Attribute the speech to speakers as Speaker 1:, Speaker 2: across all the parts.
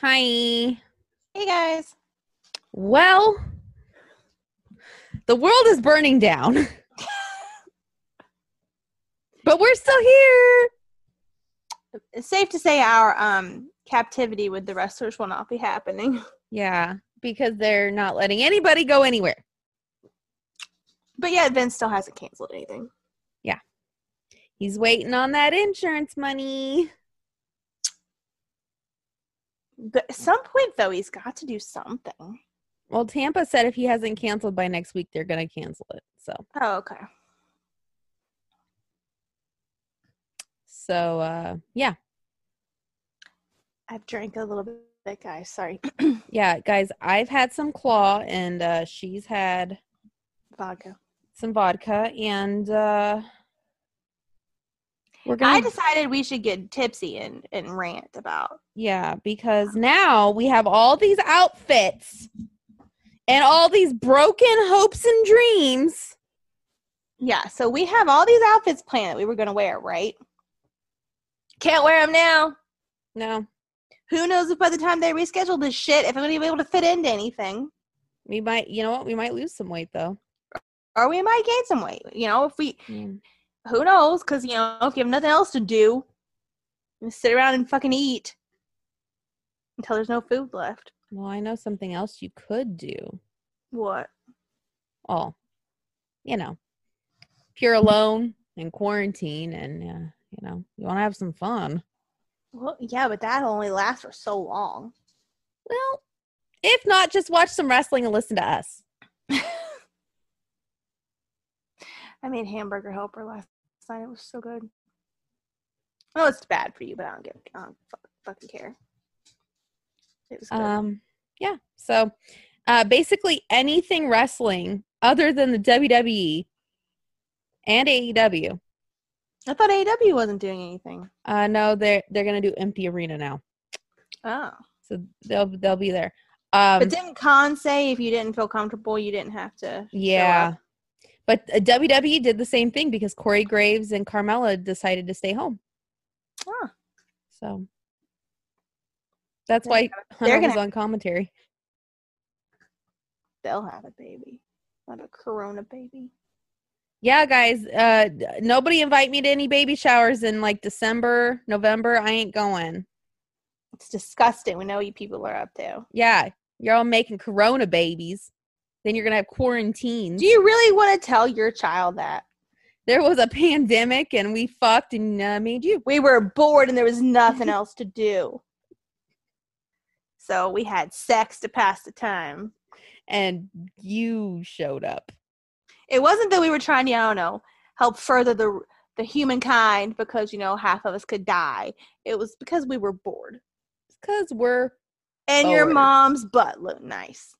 Speaker 1: Hi.
Speaker 2: Hey guys.
Speaker 1: Well, the world is burning down. but we're still here.
Speaker 2: It's safe to say our um captivity with the wrestlers will not be happening.
Speaker 1: Yeah, because they're not letting anybody go anywhere.
Speaker 2: But yeah, Vince still hasn't canceled anything.
Speaker 1: He's waiting on that insurance money.
Speaker 2: But at some point though, he's got to do something.
Speaker 1: Well, Tampa said if he hasn't canceled by next week, they're going to cancel it. So,
Speaker 2: Oh, okay.
Speaker 1: so uh yeah.
Speaker 2: I've drank a little bit, guys. Sorry.
Speaker 1: Yeah, guys, I've had some claw and uh she's had
Speaker 2: Vodka.
Speaker 1: some vodka and uh we're
Speaker 2: I
Speaker 1: going to
Speaker 2: decided we should get tipsy and, and rant about
Speaker 1: Yeah, because now we have all these outfits and all these broken hopes and dreams.
Speaker 2: Yeah, so we have all these outfits planned that we were going to wear, right? Can't wear them now.
Speaker 1: No,
Speaker 2: Who knows if by the time they reschedule this shit, if I'm going to be able to fit into anything,
Speaker 1: we might, you know what? We might lose some weight though.
Speaker 2: or we might gain some weight. You know, if we,
Speaker 1: Mm.
Speaker 2: who knows? Because, you know, if you have nothing else to do, you sit around and fucking eat until there's no food left.
Speaker 1: Well, I know something else you could do.
Speaker 2: What?
Speaker 1: Well, you know, if you're alone in quarantine and, uh, you know, you want to have some fun.
Speaker 2: Well, yeah, but that'll only last for so long.
Speaker 1: Well, if not, just watch some wrestling and listen to us.
Speaker 2: I made hamburger helper last night. It was so good. I know it's bad for you, but I don't give. I don't fuck- fucking care. It was good.
Speaker 1: Um, yeah. So uh, basically anything wrestling other than the WWE and E AEW.
Speaker 2: I thought AEW wasn't doing anything.
Speaker 1: Uh, no, they're they're gonna do empty arena now,
Speaker 2: Oh,
Speaker 1: so they'll they'll be there. Um,
Speaker 2: but didn't Khan say if you didn't feel comfortable, you didn't have to?
Speaker 1: yeah, but uh, WWE did the same thing because Corey Graves and Carmella decided to stay home.
Speaker 2: Huh.
Speaker 1: So that's
Speaker 2: They're
Speaker 1: why
Speaker 2: they're
Speaker 1: Hunter was
Speaker 2: gonna-
Speaker 1: on commentary.
Speaker 2: They'll have a baby, not a Corona baby.
Speaker 1: Yeah, guys. Uh, d- nobody invite me to any baby showers in like December, November. I ain't going.
Speaker 2: It's disgusting. We know you people are up to.
Speaker 1: Yeah, you're all making Corona babies. Then you're gonna have quarantines.
Speaker 2: Do you really want to tell your child that
Speaker 1: there was a pandemic and we fucked and uh, made you.
Speaker 2: we were bored and there was nothing else to do? So we had sex to pass the time.
Speaker 1: and you showed up.
Speaker 2: it wasn't that we were trying to, I don't know, help further the the humankind because you know half of us could die. It was because we were bored.
Speaker 1: Because we're
Speaker 2: And your
Speaker 1: Bored.
Speaker 2: mom's butt looked nice.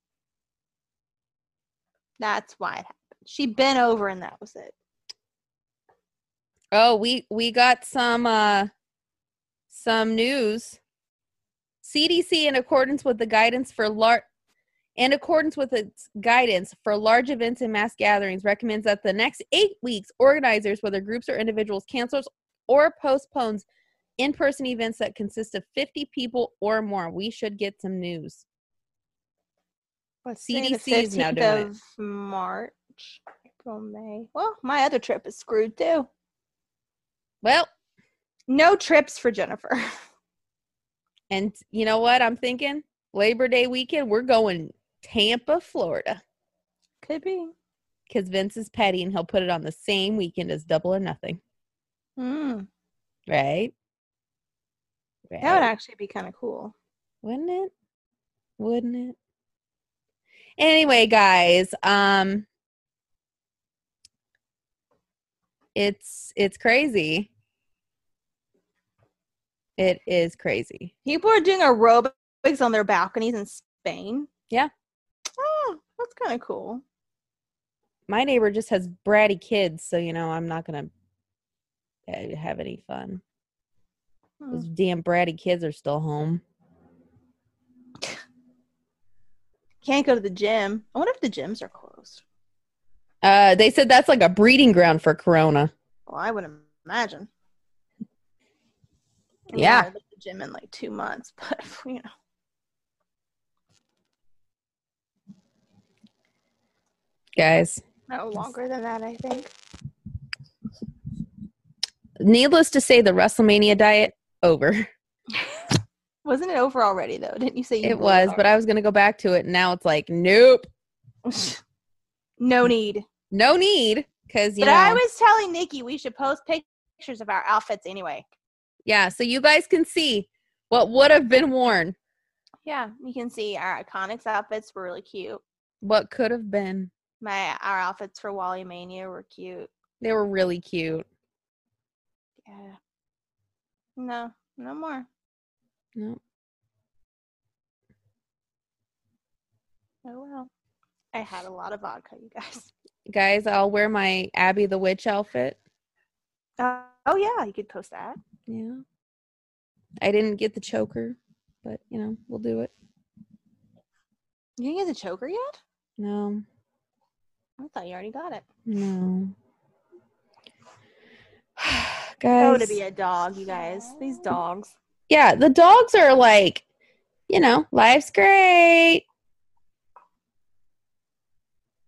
Speaker 2: That's why it happened. She bent over and that was it.
Speaker 1: oh we we got some uh some news. CDC in accordance with the guidance for large in accordance with its guidance for large events and mass gatherings recommends that the next 8 weeks organizers whether groups or individuals cancels or postpones in-person events that consist of 50 people or more. We should get some news.
Speaker 2: Let's
Speaker 1: CDC is now doing it.
Speaker 2: of March, April, May. Well, my other trip is screwed too.
Speaker 1: Well,
Speaker 2: No trips for Jennifer.
Speaker 1: And you know what I'm thinking? Labor Day weekend, we're going Tampa, Florida.
Speaker 2: Could be.
Speaker 1: Because Vince is petty and he'll put it on the same weekend as Double or Nothing.
Speaker 2: Mm,
Speaker 1: Right?
Speaker 2: that would
Speaker 1: Right.
Speaker 2: actually be kind of cool.
Speaker 1: Wouldn't it? Wouldn't it? Anyway, guys, um it's it's crazy. It is crazy.
Speaker 2: People are doing aerobics on their balconies in Spain.
Speaker 1: Yeah.
Speaker 2: Oh, that's kind of cool.
Speaker 1: my neighbor just has bratty kids, so you know I'm not gonna uh, have any fun.
Speaker 2: Hmm.
Speaker 1: Those damn bratty kids are still home.
Speaker 2: Can't go to the gym. I wonder if the gyms are closed.
Speaker 1: Uh, they said that's like a breeding ground for corona.
Speaker 2: Well, I would imagine. I mean,
Speaker 1: Yeah.
Speaker 2: I haven't been to the gym in like two months, but you know,
Speaker 1: guys.
Speaker 2: No longer than that, I think.
Speaker 1: Needless to say, the WrestleMania diet over.
Speaker 2: Wasn't it over already though? Didn't you say you
Speaker 1: It was, but I was gonna go back to it, and now it's like, nope,
Speaker 2: no need.
Speaker 1: no need, because you
Speaker 2: But I
Speaker 1: know-
Speaker 2: was telling Nikki we should post pictures of our outfits anyway.
Speaker 1: yeah. So you guys can see what would have been worn,
Speaker 2: Yeah, you can see our iconics outfits were really cute.
Speaker 1: what could have been.
Speaker 2: My our outfits for Wally Mania were cute.
Speaker 1: They were really cute.
Speaker 2: Yeah. No, no more.
Speaker 1: No.
Speaker 2: Oh well. I had a lot of vodka, you guys.
Speaker 1: Guys, I'll wear my Abby the Witch outfit.
Speaker 2: Uh, oh yeah, you could post that.
Speaker 1: Yeah. I didn't get the choker, but you know, we'll do it.
Speaker 2: You didn't get the choker yet?
Speaker 1: No,
Speaker 2: I thought you already got it.
Speaker 1: no.
Speaker 2: Oh,
Speaker 1: guys.
Speaker 2: to be a dog, you guys. These dogs.
Speaker 1: yeah, the dogs are like, you know, life's great.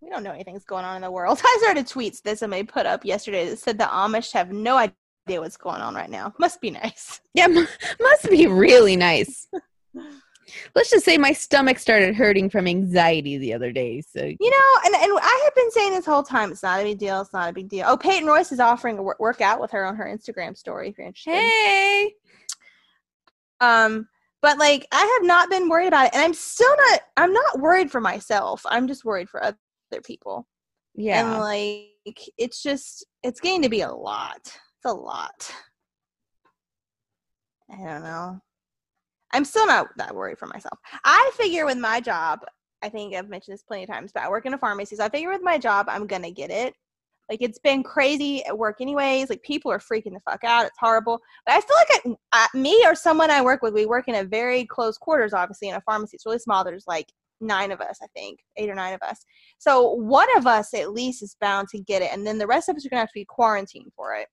Speaker 2: We don't know anything's going on in the world. I started tweets that somebody put up yesterday that said the Amish have no idea what's going on right now. Must be nice.
Speaker 1: Yeah, mu- must be really nice. Let's just say my stomach started hurting from anxiety the other day. So
Speaker 2: You know, and, and I have been saying this whole time, it's not a big deal. It's not a big deal. Oh, Peyton Royce is offering a wor- workout with her on her Instagram story if you're interested.
Speaker 1: hey,
Speaker 2: Um, but like, I have not been worried about it, and I'm still not. I'm not worried for myself. I'm just worried for other people. And
Speaker 1: yeah,
Speaker 2: like, it's just, it's getting to be a lot. It's a lot. I don't know. I'm still not that worried for myself. I figure with my job, I think I've mentioned this plenty of times, but I work in a pharmacy, so I figure with my job, I'm gonna get it. Like it's been crazy at work, anyways. Like people are freaking the fuck out. It's horrible. But I feel like I, I, me or someone I work with, we work in a very close quarters, obviously in a pharmacy. It's really small. There's like nine of us, I think, eight or nine of us. So one of us at least is bound to get it, and then the rest of us are gonna have to be quarantined for it.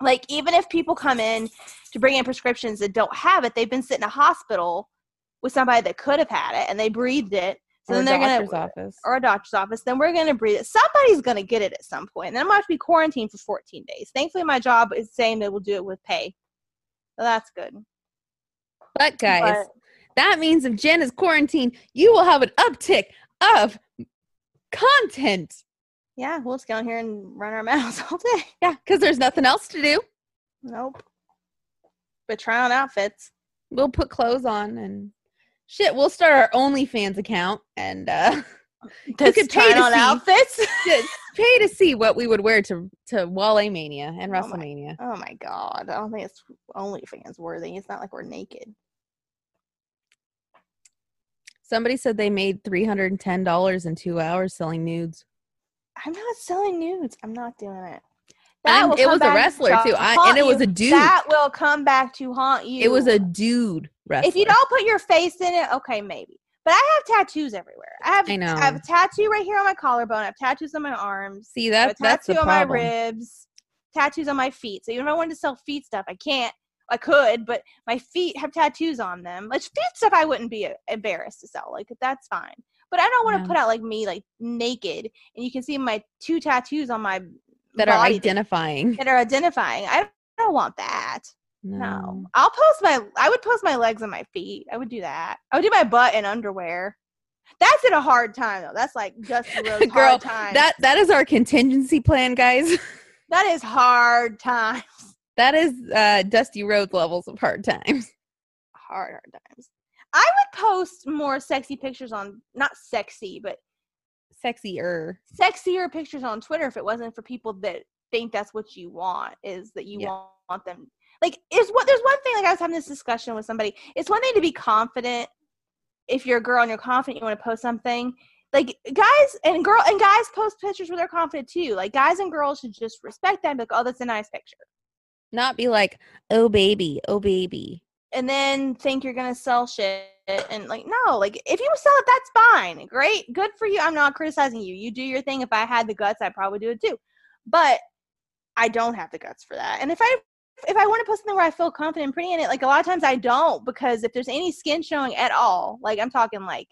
Speaker 2: Like even if people come in to bring in prescriptions that don't have it, they've been sitting in a hospital with somebody that could have had it and they breathed it. So
Speaker 1: Or
Speaker 2: then they're
Speaker 1: doctor's
Speaker 2: gonna
Speaker 1: office.
Speaker 2: or a doctor's office, then we're gonna breathe it. Somebody's gonna get it at some point, and then I'm gonna have to be quarantined for 14 days. Thankfully, my job is saying they will do it with pay, so that's good.
Speaker 1: but guys,
Speaker 2: But-
Speaker 1: that means if Jen is quarantined, you will have an uptick of content.
Speaker 2: yeah, we'll just go in here and run our mouths all day.
Speaker 1: Yeah, because there's nothing else to do.
Speaker 2: Nope. But try on outfits.
Speaker 1: We'll put clothes on and shit. We'll start our OnlyFans account and uh,
Speaker 2: That's
Speaker 1: could pay
Speaker 2: trying
Speaker 1: to
Speaker 2: on
Speaker 1: see.
Speaker 2: outfits.
Speaker 1: just pay to see what we would wear to to Wale Mania and
Speaker 2: Oh my-
Speaker 1: WrestleMania.
Speaker 2: oh my god, I don't think it's OnlyFans worthy. It's not like we're naked.
Speaker 1: Somebody said they made three hundred and ten dollars in two hours selling nudes.
Speaker 2: I'm not selling nudes. I'm not doing it.
Speaker 1: And it
Speaker 2: come
Speaker 1: was a
Speaker 2: back to
Speaker 1: wrestler too, I-
Speaker 2: haunt
Speaker 1: and it was
Speaker 2: you.
Speaker 1: a dude.
Speaker 2: That will come back to haunt you.
Speaker 1: It was a dude wrestler.
Speaker 2: If you don't put your face in it, okay, maybe. But I have tattoos everywhere. I have
Speaker 1: I know.
Speaker 2: I have a tattoo right here on my collarbone. I have tattoos on my arms.
Speaker 1: see
Speaker 2: I
Speaker 1: that,
Speaker 2: have a
Speaker 1: that's
Speaker 2: tattoo
Speaker 1: the
Speaker 2: on my
Speaker 1: problem.
Speaker 2: ribs. Tattoos on my feet. So even if I wanted to sell feet stuff, I can't. I could, but my feet have tattoos on them. Like feet stuff, I wouldn't be e, embarrassed to sell. Like that's fine. But I don't want to
Speaker 1: Yeah.
Speaker 2: put out like me, like naked, and you can see my two tattoos on my
Speaker 1: that are
Speaker 2: body
Speaker 1: identifying.
Speaker 2: that are identifying. I don't, I don't want that. No.
Speaker 1: No.
Speaker 2: I'll post my I would post my legs and my feet. I would do that. I would do my butt and underwear. That's at a hard time though. That's like just Rose
Speaker 1: Girl,
Speaker 2: hard time.
Speaker 1: That that is our contingency plan, guys.
Speaker 2: that is hard time.
Speaker 1: that is uh, Dusty Road levels of hard times.
Speaker 2: Hard, hard times. I would post more sexy pictures on not sexy, but
Speaker 1: Sexier.
Speaker 2: sexier pictures on Twitter if it wasn't for people that think that's what you want is that you
Speaker 1: Yeah.
Speaker 2: want, want them like is what there's one thing like I was having this discussion with somebody. It's one thing to be confident if you're a girl and you're confident you want to post something. Like guys and girl and guys post pictures where they're confident too. Like guys and girls should just respect that and be like, oh that's a nice picture.
Speaker 1: Not be like, oh baby, oh baby.
Speaker 2: And then think you're gonna sell shit and like no, like if you sell it, that's fine. Great, good for you. I'm not criticizing you. You do your thing. If I had the guts, I'd probably do it too. But I don't have the guts for that. And if I if I want to post something where I feel confident and pretty in it, like a lot of times I don't because if there's any skin showing at all, like I'm talking like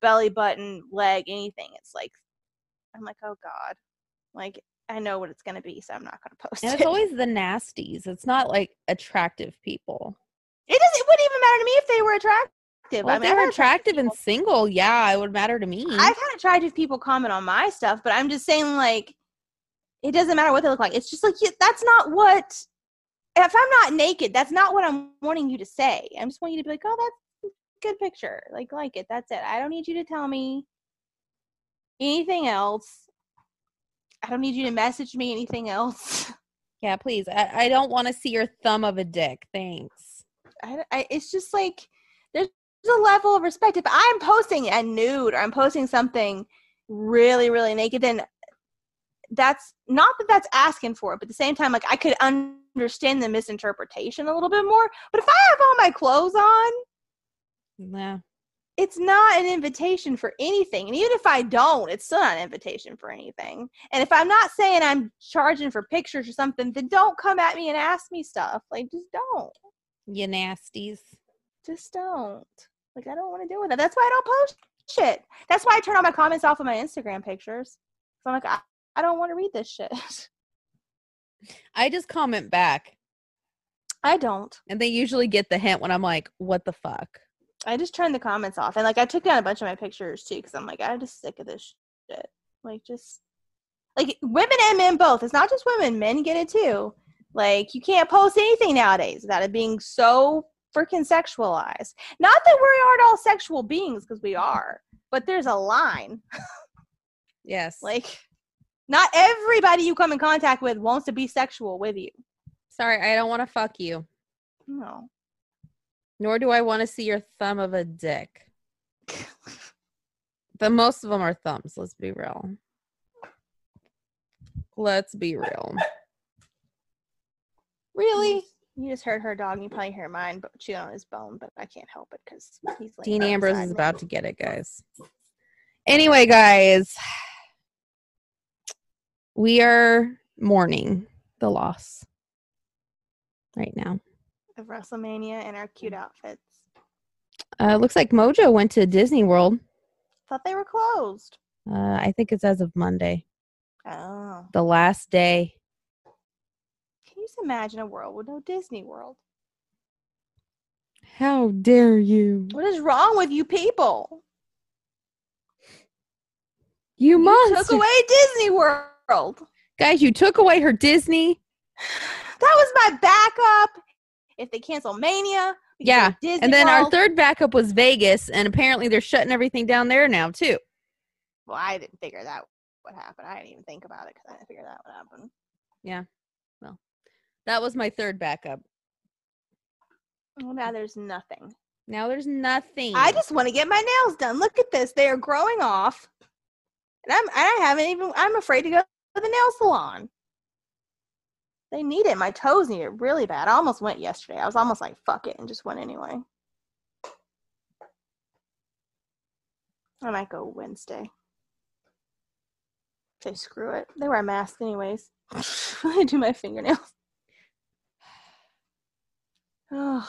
Speaker 2: belly button, leg, anything, it's like I'm like, oh god, like I know what it's gonna be, so I'm not gonna post
Speaker 1: And
Speaker 2: it.
Speaker 1: it's always the nasties. It's not like attractive people.
Speaker 2: it doesn't. It wouldn't even matter to me if they were attractive.
Speaker 1: Well,
Speaker 2: I
Speaker 1: if
Speaker 2: mean,
Speaker 1: they
Speaker 2: I've
Speaker 1: were
Speaker 2: had
Speaker 1: attractive and single, yeah, it would matter to me.
Speaker 2: I've had attractive people comment on my stuff, but I'm just saying, like, it doesn't matter what they look like. It's just like you- that's not what. If I'm not naked, that's not what I'm wanting you to say. I'm just wanting you to be like, "Oh, that's a good picture. Like, like it. That's it. I don't need you to tell me anything else. I don't need you to message me anything else.
Speaker 1: yeah, please. I, I don't want to see your thumb of a dick. Thanks.
Speaker 2: I, I- it's just like there's a level of respect. If I'm posting a nude or I'm posting something really, really naked, then that's not that that's asking for it, but at the same time, like I could understand the misinterpretation a little bit more. But if I have all my clothes on,
Speaker 1: Yeah.
Speaker 2: it's not an invitation for anything. And even if I don't, it's still not an invitation for anything. And if I'm not saying I'm charging for pictures or something, then don't come at me and ask me stuff. Like just don't.
Speaker 1: You nasties.
Speaker 2: just don't. Like I don't want to deal with it. That's why I don't post shit. That's why I turn all my comments off of my Instagram pictures. So I'm like, I, I don't want to read this shit.
Speaker 1: I just comment back.
Speaker 2: I don't.
Speaker 1: And they usually get the hint when I'm like, what the fuck?
Speaker 2: I just turn the comments off, and like I took down a bunch of my pictures too, because I'm like, I'm just sick of this shit. Like just like women and men both. It's not just women; men get it too. Like you can't post anything nowadays without it being so freaking sexualized. Not that we aren't all sexual beings, because we are, but there's a line.
Speaker 1: Yes.
Speaker 2: Like, not everybody you come in contact with wants to be sexual with you.
Speaker 1: sorry, I don't want to fuck you.
Speaker 2: No.
Speaker 1: Nor do I want to see your thumb of a dick. But most of them are thumbs, let's be real. Let's be real.
Speaker 2: Really? You just heard her dog. You probably hear mine but chewing on his bone, but I can't help it because he's like.
Speaker 1: Dean Ambrose is about to get it, guys. Anyway, guys, we are mourning the loss right now.
Speaker 2: Of WrestleMania and our cute outfits.
Speaker 1: Uh, looks like Mojo went to Disney World.
Speaker 2: Thought they were closed.
Speaker 1: Uh, I think it's as of Monday,
Speaker 2: Oh.
Speaker 1: the last day.
Speaker 2: Can you just imagine a world with no Disney World?
Speaker 1: How dare you?
Speaker 2: What is wrong with you people?
Speaker 1: You
Speaker 2: You
Speaker 1: must,
Speaker 2: took away Disney World.
Speaker 1: guys. You took away her Disney.
Speaker 2: That was my backup. If they cancel Mania, we can
Speaker 1: Yeah,
Speaker 2: go to Disney
Speaker 1: And then
Speaker 2: World.
Speaker 1: our third backup was Vegas, and apparently they're shutting everything down there now too.
Speaker 2: Well, I didn't figure that what happened. I didn't even think about it because I didn't figure that what happened.
Speaker 1: That was my third backup.
Speaker 2: Well, Oh, now there's nothing.
Speaker 1: Now there's nothing.
Speaker 2: I just want to get my nails done. Look at this; they are growing off, and I'm and I haven't even. I'm afraid to go to the nail salon. They need it. My toes need it really bad. I almost went yesterday. I was almost like, "Fuck it," and just went anyway. I might go Wednesday. Say screw it. They wear masks anyways. I do my fingernails. Ugh.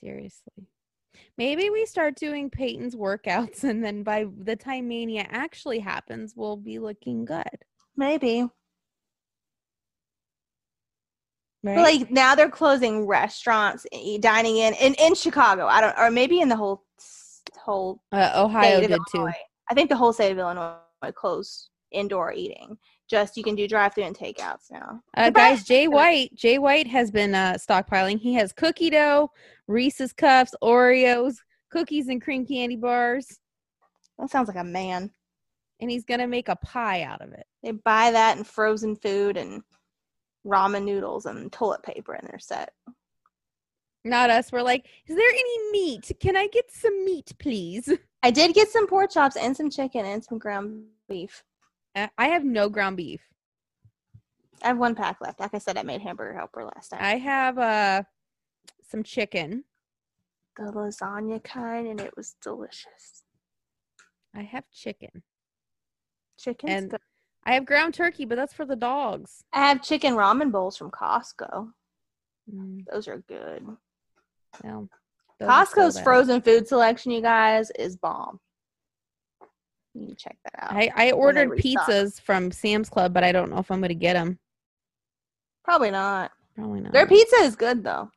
Speaker 1: Seriously. Maybe we start doing Peyton's workouts, and then by the time Mania actually happens, we'll be looking good.
Speaker 2: Maybe.
Speaker 1: Right?
Speaker 2: But like now they're closing restaurants, e- dining in, in in Chicago. I don't, or maybe in the whole s- whole.
Speaker 1: uh, Ohio
Speaker 2: state
Speaker 1: did
Speaker 2: of
Speaker 1: too.
Speaker 2: Illinois. I think the whole state of Illinois closed indoor eating. Just you can do drive through and takeouts now.
Speaker 1: Uh,
Speaker 2: Goodbye.
Speaker 1: guys, Jay White, Jay White has been uh, stockpiling. He has cookie dough, Reese's cuffs, Oreos, cookies and cream candy bars,
Speaker 2: That sounds like a man.
Speaker 1: and he's gonna make a pie out of it.
Speaker 2: They buy that and frozen food and ramen noodles and toilet paper, and they're set.
Speaker 1: Not us. We're like, is there any meat? Can I get some meat, please?
Speaker 2: I did get some pork chops and some chicken and some ground beef.
Speaker 1: Uh, I have no ground beef.
Speaker 2: I have one pack left. Like I said, I made hamburger helper last time.
Speaker 1: I have uh, some chicken.
Speaker 2: the lasagna kind, and it was delicious.
Speaker 1: I have chicken.
Speaker 2: Chicken's
Speaker 1: And-
Speaker 2: good.
Speaker 1: I have ground turkey, but that's for the dogs.
Speaker 2: I have chicken ramen bowls from Costco.
Speaker 1: Mm,
Speaker 2: Those are good.
Speaker 1: well, those are so
Speaker 2: Costco's
Speaker 1: bad.
Speaker 2: frozen food selection, you guys, is bomb. You can check that out.
Speaker 1: I, I ordered
Speaker 2: restock.
Speaker 1: pizzas from Sam's Club, but I don't know if I'm going to get them.
Speaker 2: Probably not.
Speaker 1: Probably not.
Speaker 2: Their pizza is good though.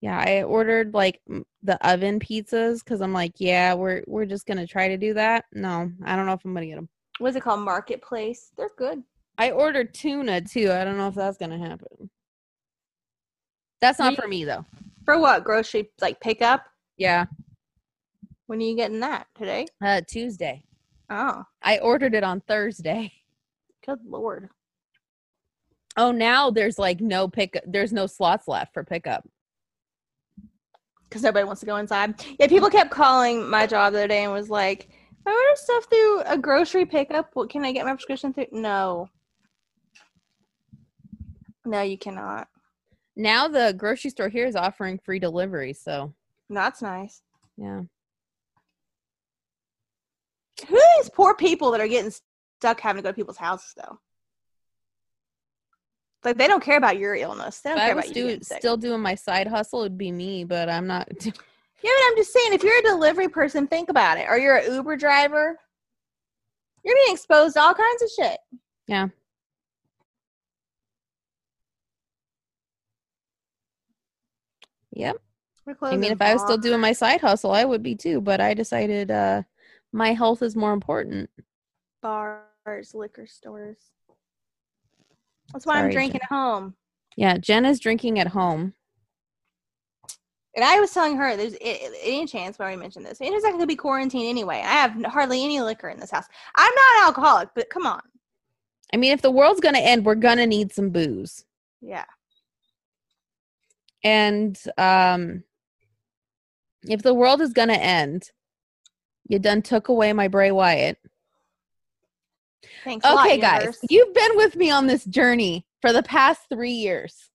Speaker 1: Yeah, I ordered like m- the oven pizzas because I'm like, yeah, we're we're just gonna try to do that. No, I don't know if I'm gonna get them.
Speaker 2: What's it called? Marketplace. They're good.
Speaker 1: I ordered tuna too. I don't know if that's gonna happen. That's not
Speaker 2: Me-
Speaker 1: for me though.
Speaker 2: For what? Grocery like pickup?
Speaker 1: Yeah,
Speaker 2: When are you getting that? Today?
Speaker 1: uh, Tuesday.
Speaker 2: Oh,
Speaker 1: I ordered it on Thursday.
Speaker 2: good lord.
Speaker 1: Oh, now there's like no pick. There's no slots left for pickup.
Speaker 2: because nobody wants to go inside. Yeah, people kept calling my job the other day and was like, "If I order stuff through a grocery pickup. What can I get my prescription through?" No, no, you cannot.
Speaker 1: Now the grocery store here is offering free delivery. So
Speaker 2: That's nice.
Speaker 1: yeah,
Speaker 2: Who are these poor people that are getting stuck having to go to people's houses though? Like they don't care about your illness. They
Speaker 1: if
Speaker 2: don't
Speaker 1: I
Speaker 2: care
Speaker 1: was
Speaker 2: about you.
Speaker 1: do,
Speaker 2: getting sick.
Speaker 1: still doing my side hustle, it'd be me, but I'm not.
Speaker 2: Yeah, but I'm just saying, if you're a delivery person, think about it. Or you're an Uber driver, you're being exposed to all kinds of shit.
Speaker 1: Yeah. Yep.
Speaker 2: We're
Speaker 1: I mean,
Speaker 2: closing
Speaker 1: if I was still
Speaker 2: bar.
Speaker 1: doing my side hustle, I would be too, but I decided uh my health is more important.
Speaker 2: bars, liquor stores. That's why
Speaker 1: Sorry,
Speaker 2: I'm drinking at home.
Speaker 1: Yeah, Jen is drinking at home.
Speaker 2: And I was telling her, there's a- a- any chance we already mentioned this. Any chance I could be quarantined anyway. I have n- hardly any liquor in this house. I'm not an alcoholic, but come on.
Speaker 1: I mean, if the world's going to end, we're going to need some booze.
Speaker 2: Yeah.
Speaker 1: And um if the world is going to end, you done took away my Bray Wyatt.
Speaker 2: Thanks. a lot,
Speaker 1: Okay, guys.
Speaker 2: universe.
Speaker 1: You've been with me on this journey for the past 3 years.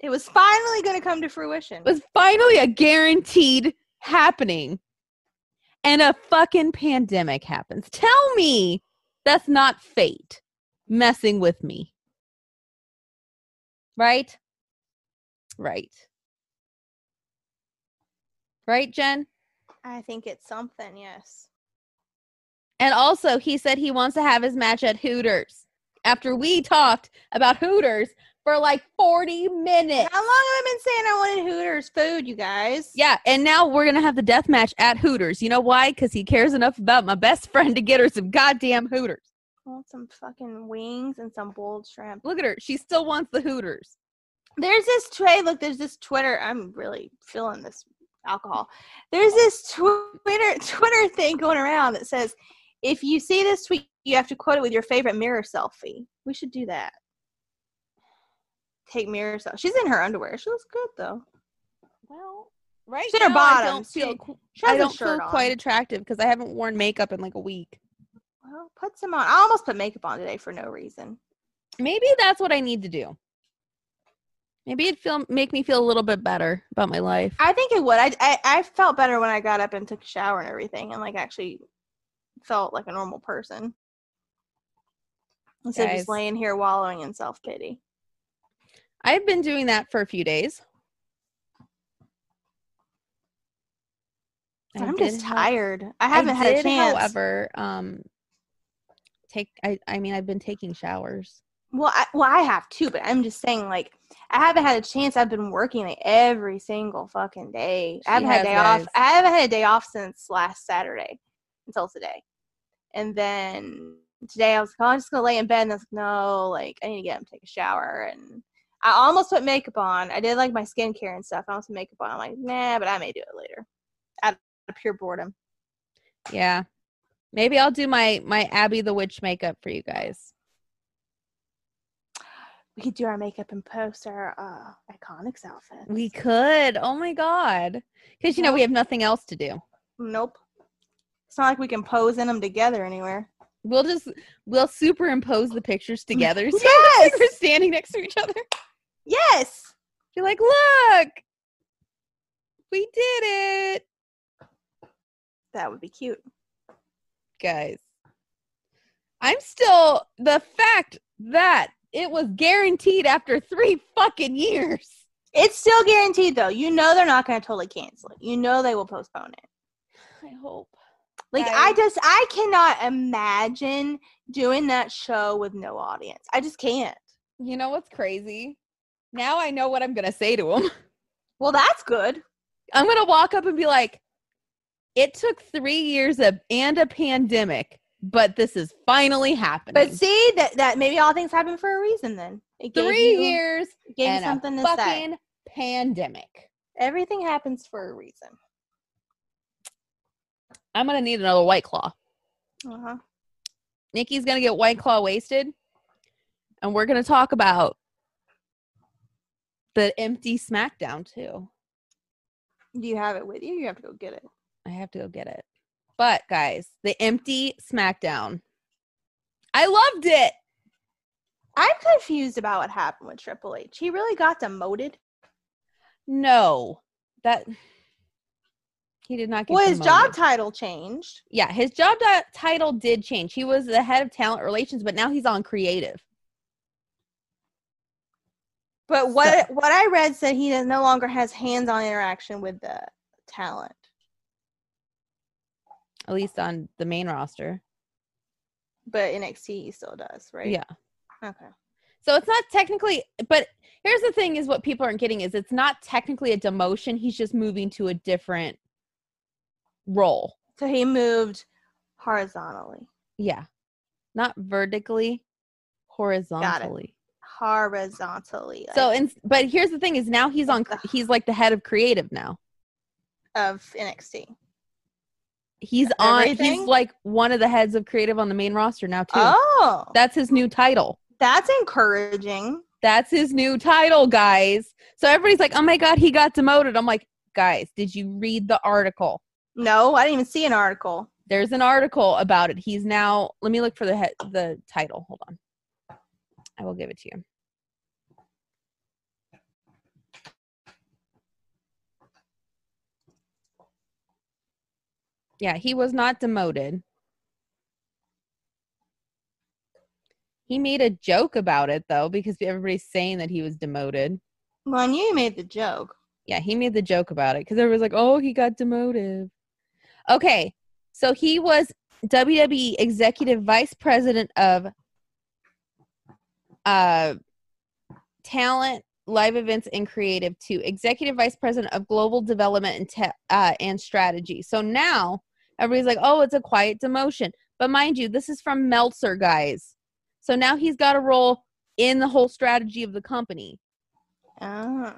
Speaker 2: It was finally going to come to fruition.
Speaker 1: was finally a guaranteed happening and a fucking pandemic happens. Tell me that's not fate messing with me. Right? Right. Right, Jen?
Speaker 2: I think it's something, yes.
Speaker 1: And also, he said he wants to have his match at Hooters after we talked about Hooters for like 40 minutes.
Speaker 2: How long have I been saying I wanted Hooters food, you guys?
Speaker 1: Yeah, and now we're gonna have the death match at Hooters. You know why? Because he cares enough about my best friend to get her some goddamn Hooters.
Speaker 2: I want some fucking wings and some boiled shrimp.
Speaker 1: Look at her; she still wants the Hooters.
Speaker 2: there's this tray look there's this twitter i'm really feeling this alcohol there's this twitter twitter thing going around that says if you see this tweet you have to quote it with your favorite mirror selfie we should do that take mirror selfie she's in her underwear she looks good though
Speaker 1: Well, right
Speaker 2: She's in her
Speaker 1: now I don't
Speaker 2: bottoms. She-
Speaker 1: feel qu-
Speaker 2: she has
Speaker 1: I
Speaker 2: a
Speaker 1: don't feel
Speaker 2: shirt on.
Speaker 1: quite attractive because I haven't worn makeup in like a week.
Speaker 2: well put some on i almost put makeup on today for no reason
Speaker 1: Maybe that's what I need to do. Maybe it'd feel make me feel a little bit better about my life.
Speaker 2: i think it would i i, I felt better when i got up and took a shower and everything and like actually felt like a normal person instead of
Speaker 1: Guys.
Speaker 2: just laying here wallowing in self-pity
Speaker 1: I've been doing that for a few days. I
Speaker 2: I'm
Speaker 1: did
Speaker 2: just
Speaker 1: have-
Speaker 2: tired. I haven't
Speaker 1: I
Speaker 2: had
Speaker 1: did,
Speaker 2: a chance.
Speaker 1: However, um, take I I mean I've been taking showers.
Speaker 2: Well, I, well, I have too, but I'm just saying, like, I haven't had a chance. I've been working like every single fucking day.
Speaker 1: She
Speaker 2: I haven't had a
Speaker 1: has,
Speaker 2: day
Speaker 1: guys.
Speaker 2: off. I haven't had a day off since last Saturday until today. And then today I was like, oh, I'm just gonna lay in bed. And I was like, no, like, I need to get up and take a shower. And I almost put makeup on. I did like my skincare and stuff. I almost put makeup on. I'm like, nah, but I may do it later out of pure boredom.
Speaker 1: Yeah. Maybe I'll do my my Abby the Witch makeup for you guys.
Speaker 2: We could do our makeup and post our uh, iconics outfit.
Speaker 1: We could. Oh my god. Cuz you know we have nothing else to do.
Speaker 2: Nope. It's not like we can pose in them together anywhere.
Speaker 1: We'll just we'll superimpose the pictures together. So
Speaker 2: Yes!
Speaker 1: we're standing next to each other.
Speaker 2: Yes.
Speaker 1: Be like, "Look! We did it,
Speaker 2: That would be cute.
Speaker 1: guys." I'm still the fact that it was guaranteed after 3 fucking years.
Speaker 2: It's still guaranteed though. You know they're not going to totally cancel it. You know they will postpone it.
Speaker 1: I hope.
Speaker 2: Like
Speaker 1: Right.
Speaker 2: I just I cannot imagine doing that show with no audience. I just can't.
Speaker 1: You know what's crazy? Now I know what I'm gonna say to him.
Speaker 2: Well, that's good.
Speaker 1: I'm gonna walk up and be like, "It took three years of and a pandemic, but this is finally happening."
Speaker 2: But see that that maybe all things happen for a reason. Then it gave
Speaker 1: three
Speaker 2: you-
Speaker 1: years
Speaker 2: it gave you
Speaker 1: and
Speaker 2: something
Speaker 1: a
Speaker 2: to say.
Speaker 1: fucking pandemic.
Speaker 2: Everything happens for a reason.
Speaker 1: I'm gonna need another white claw.
Speaker 2: Uh
Speaker 1: Uh-huh.
Speaker 2: huh.
Speaker 1: Nikki's gonna get white claw wasted, and we're gonna talk about the empty SmackDown too.
Speaker 2: Do you have it with you? You have to go get it.
Speaker 1: I have to go get it. But guys, the empty SmackDown. I loved it.
Speaker 2: I'm confused about what happened with Triple H. He really got demoted.
Speaker 1: No, that he did not get.
Speaker 2: Well, his job
Speaker 1: demoted.
Speaker 2: title changed.
Speaker 1: yeah, his job di- title did change. He was the head of talent relations, but now he's on creative.
Speaker 2: But what what I read said he no longer has hands-on interaction with the talent.
Speaker 1: At least on the main roster.
Speaker 2: But NXT he still does, right?
Speaker 1: Yeah.
Speaker 2: Okay.
Speaker 1: So it's not technically, but here's the thing: is what people aren't getting is it's not technically a demotion. He's just moving to a different role.
Speaker 2: So he moved horizontally.
Speaker 1: Yeah, not vertically, horizontally.
Speaker 2: Horizontally.
Speaker 1: So,
Speaker 2: like,
Speaker 1: and but here's the thing: is now he's on. cr- He's like the head of creative now.
Speaker 2: of NXT.
Speaker 1: He's on. He's
Speaker 2: Everything?
Speaker 1: like one of the heads of creative on the main roster now too.
Speaker 2: Oh.
Speaker 1: That's his new title.
Speaker 2: that's encouraging.
Speaker 1: That's his new title, guys. So everybody's like, "Oh my god, he got demoted." I'm like, "Guys, did you read the article?"
Speaker 2: No, I didn't even see an article.
Speaker 1: There's an article about it. He's now. Let me look for the he- the title. Hold on. I will give it to you. Yeah, he was not demoted. He made a joke about it though because everybody's saying that he was demoted.
Speaker 2: Well, and you made the joke.
Speaker 1: Yeah, he made the joke about it because everyone's like, oh, he got demoted. Okay, so he was WWE Executive Vice President of uh, Talent, Live Events, and Creative, too. Executive Vice President of Global Development and, te- uh, and Strategy. So now everybody's like, oh, it's a quiet demotion. But mind you, this is from Meltzer, guys. So now he's got a role in the whole strategy of the company.
Speaker 2: Oh.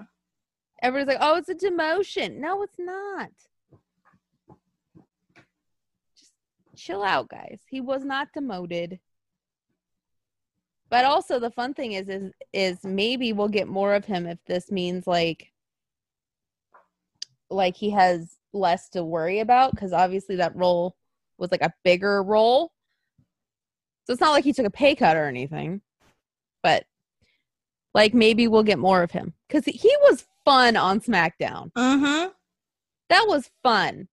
Speaker 1: Everybody's like, "Oh, it's a demotion." No, it's not. Just chill out, guys. He was not demoted. But also, the fun thing is, is, is maybe we'll get more of him if this means like, like he has less to worry about because obviously that role was like a bigger role. So it's not like he took a pay cut or anything, but like maybe we'll get more of him because he was fun on SmackDown.
Speaker 2: Mm-hmm.
Speaker 1: That was fun.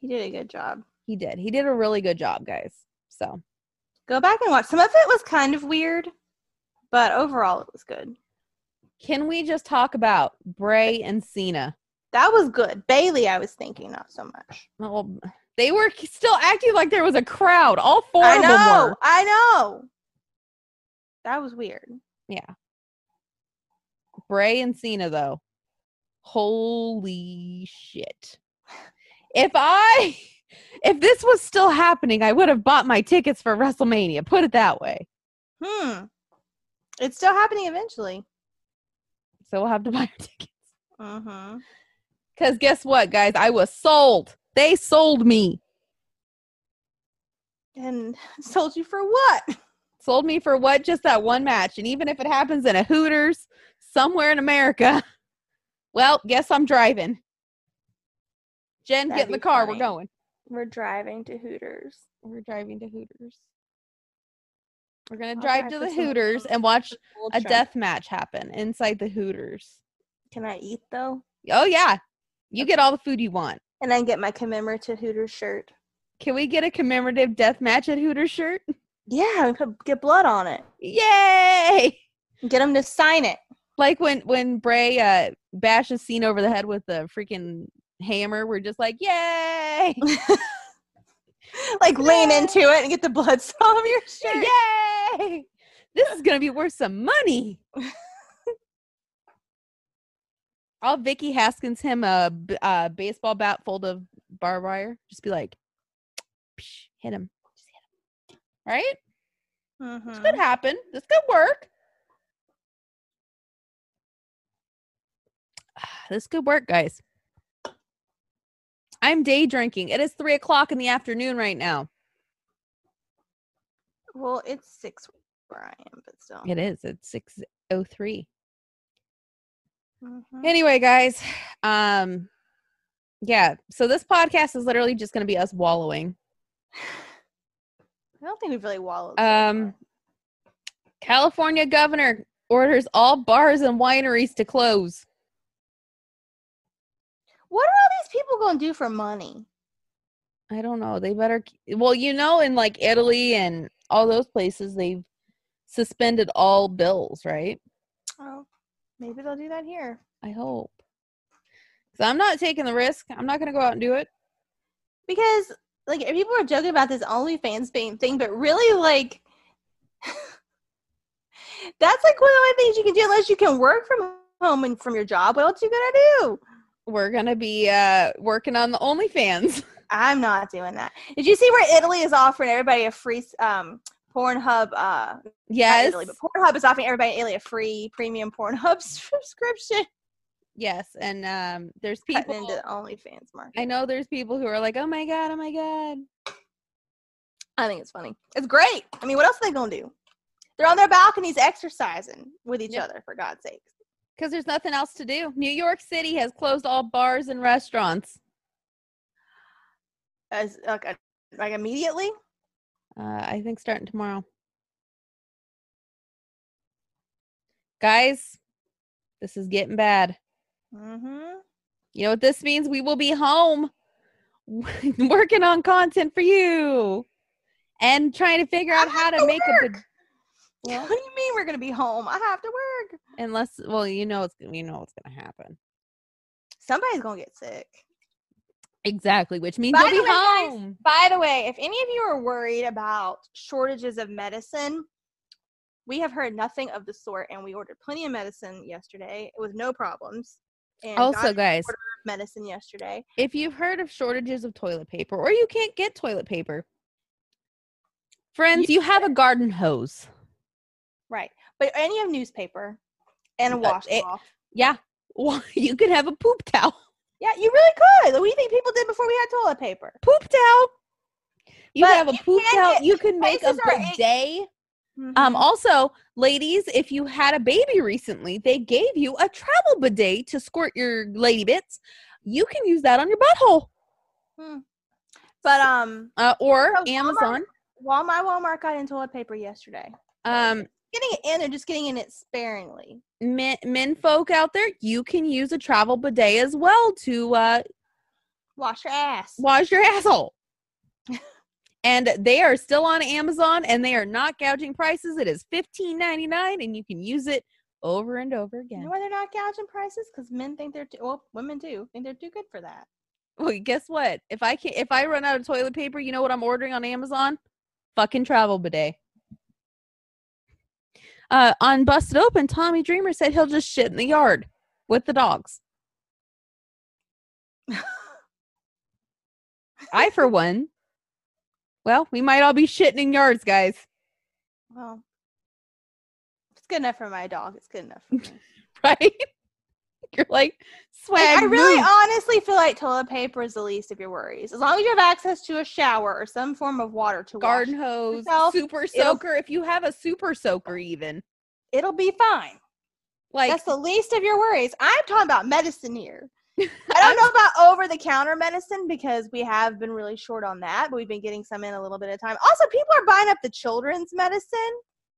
Speaker 2: He did a good job.
Speaker 1: He did. He did a really good job, guys. So
Speaker 2: Go back and watch. Some of it was kind of weird, but overall it was good.
Speaker 1: can we just talk about Bray and Cena?
Speaker 2: That was good. Bailey, I was thinking not so much.
Speaker 1: Well, they were still acting like there was a crowd. All four
Speaker 2: I
Speaker 1: of them
Speaker 2: know.
Speaker 1: were.
Speaker 2: I know. That was weird.
Speaker 1: Bray and Cena, though. Holy shit. If I, if this was still happening, I would have bought my tickets for WrestleMania. Put it that way.
Speaker 2: Hmm. It's still happening eventually.
Speaker 1: So we'll have to buy our tickets.
Speaker 2: Mm-hmm.
Speaker 1: Because guess what, guys? I was sold. They sold me.
Speaker 2: And sold you for what?
Speaker 1: Sold me for what? Just that one match. And even if it happens in a Hooters somewhere in America, well, guess I'm driving. Jen,
Speaker 2: That'd
Speaker 1: get in the
Speaker 2: be
Speaker 1: car.
Speaker 2: funny.
Speaker 1: We're going.
Speaker 2: We're driving to Hooters.
Speaker 1: We're driving to Hooters. We're going to
Speaker 2: I'll
Speaker 1: drive
Speaker 2: drive
Speaker 1: to
Speaker 2: for
Speaker 1: the
Speaker 2: some
Speaker 1: Hooters and watch a death match happen inside the Hooters.
Speaker 2: Can I eat though?
Speaker 1: Oh, yeah. You get all the food you want.
Speaker 2: And then get my commemorative Hooters shirt.
Speaker 1: Can we get a commemorative death match at Hooters shirt?
Speaker 2: Yeah, we could get blood on it.
Speaker 1: Yay!
Speaker 2: Get them to sign it.
Speaker 1: like when when Bray uh, bashes Cena over the head with the freaking hammer, we're just like, yay!
Speaker 2: like lean
Speaker 1: Yay.
Speaker 2: into it and get the blood all over your shirt.
Speaker 1: Yay! This is gonna be worth some money. I'll Vicky Haskins him a, b- a baseball bat full of barbed wire. Just be like, psh, hit him. Just hit him. Right? This
Speaker 2: Mhm.
Speaker 1: could happen. This could work. This could work, guys. I'm day drinking. It is three o'clock in the afternoon right now.
Speaker 2: Well, it's six where I am, but still.
Speaker 1: It is. It's six oh three.
Speaker 2: Mhm.
Speaker 1: Anyway, guys, um, yeah. So this podcast is literally just going to be us wallowing.
Speaker 2: I don't think we've really wallowed. so
Speaker 1: Um, California governor orders all bars and wineries to close.
Speaker 2: What are all these people going to do for money?
Speaker 1: I don't know. They better. k- Well, you know, in like Italy and all those places, they've suspended all bills, right?
Speaker 2: Oh, maybe they'll do that here.
Speaker 1: I hope. So I'm not taking the risk. I'm not going to go out and do it.
Speaker 2: Because, like, people are joking about this OnlyFans thing, thing but really, like, that's like one of the only things you can do unless you can work from home and from your job. What else you going to do?
Speaker 1: We're going to be uh, working on the OnlyFans.
Speaker 2: I'm not doing that. Did you see where Italy is offering everybody a free um, Pornhub? Uh, not
Speaker 1: yes.
Speaker 2: Italy, but Pornhub is offering everybody in Italy a free premium Pornhub subscription.
Speaker 1: Yes. And um, there's
Speaker 2: Cutting
Speaker 1: people.
Speaker 2: into the OnlyFans market.
Speaker 1: I know there's people who are like, oh my God, oh my God.
Speaker 2: I think it's funny. It's great. I mean, what else are they gonna do? They're on their balconies exercising with each
Speaker 1: Yeah.
Speaker 2: other, for God's sake.
Speaker 1: Because there's nothing else to do. New York City has closed all bars and restaurants.
Speaker 2: As like, uh, like immediately.
Speaker 1: Uh, I think starting tomorrow. Guys, this is getting bad.
Speaker 2: Mm-hmm.
Speaker 1: You know what this means? We will be home working on content for you and trying to figure out
Speaker 2: I
Speaker 1: how
Speaker 2: have
Speaker 1: to
Speaker 2: to
Speaker 1: make a. bud-
Speaker 2: What do you mean we're gonna be home? I have to work.
Speaker 1: Unless, well, you know, it's you know what's going to happen.
Speaker 2: Somebody's gonna get sick.
Speaker 1: Exactly, which means
Speaker 2: By
Speaker 1: we'll
Speaker 2: the
Speaker 1: be
Speaker 2: way, guys-
Speaker 1: home.
Speaker 2: By the way, if any of you are worried about shortages of medicine, we have heard nothing of the sort, and we ordered plenty of medicine yesterday with no problems. And
Speaker 1: Also,
Speaker 2: got
Speaker 1: guys,
Speaker 2: medicine yesterday.
Speaker 1: if you've heard of shortages of toilet paper or you can't get toilet paper, friends, you have a garden hose.
Speaker 2: Right. But any of newspaper and a
Speaker 1: Uh, it-
Speaker 2: washcloth.
Speaker 1: Yeah. Well, you could have a poop towel.
Speaker 2: Yeah, you really could. What do you think people did before we had toilet paper?
Speaker 1: Poop towel. You
Speaker 2: But
Speaker 1: have a
Speaker 2: you
Speaker 1: poop
Speaker 2: can't
Speaker 1: towel.
Speaker 2: get-
Speaker 1: You can make a
Speaker 2: places are
Speaker 1: bidet.
Speaker 2: eight-
Speaker 1: Um, also, ladies, if you had a baby recently, they gave you a travel bidet to squirt your lady bits. You can use that on your butthole
Speaker 2: but um,
Speaker 1: uh, or
Speaker 2: So Walmart-
Speaker 1: Amazon.
Speaker 2: while my Walmart got in toilet paper yesterday,
Speaker 1: Um,
Speaker 2: getting it in, they're just getting in it sparingly.
Speaker 1: men, men folk out there, you can use a travel bidet as well to uh,
Speaker 2: Wash your ass.
Speaker 1: wash your asshole. and they are still on Amazon and they are not gouging prices. It is $15.99 and you can use it over and over
Speaker 2: You
Speaker 1: again.
Speaker 2: know why they're not gouging prices? Because men think they're too. Well, women do think they're too good for that.
Speaker 1: Well, guess what? If I can if I run out of toilet paper, you know what I'm ordering on Amazon? Fucking travel bidet. Uh, on Busted Open, Tommy Dreamer said he'll just shit in the yard with the dogs. I, for one, well, we might all be shitting in yards, guys.
Speaker 2: Well, it's good enough for my dog. It's good enough. For me.
Speaker 1: right? You're like swag.
Speaker 2: Like, I really
Speaker 1: move.
Speaker 2: honestly feel like toilet paper is the least of your worries. As long as you have access to a shower or some form of water to
Speaker 1: garden
Speaker 2: wash,
Speaker 1: hose,
Speaker 2: yourself.
Speaker 1: super
Speaker 2: It'll-
Speaker 1: soaker. If you have a super soaker, even
Speaker 2: it'll be fine.
Speaker 1: like
Speaker 2: That's the least of your worries. I'm talking about medicine here. I don't know about over the counter medicine because we have been really short on that, but we've been getting some in a little bit of time. Also, people are buying up the children's medicine.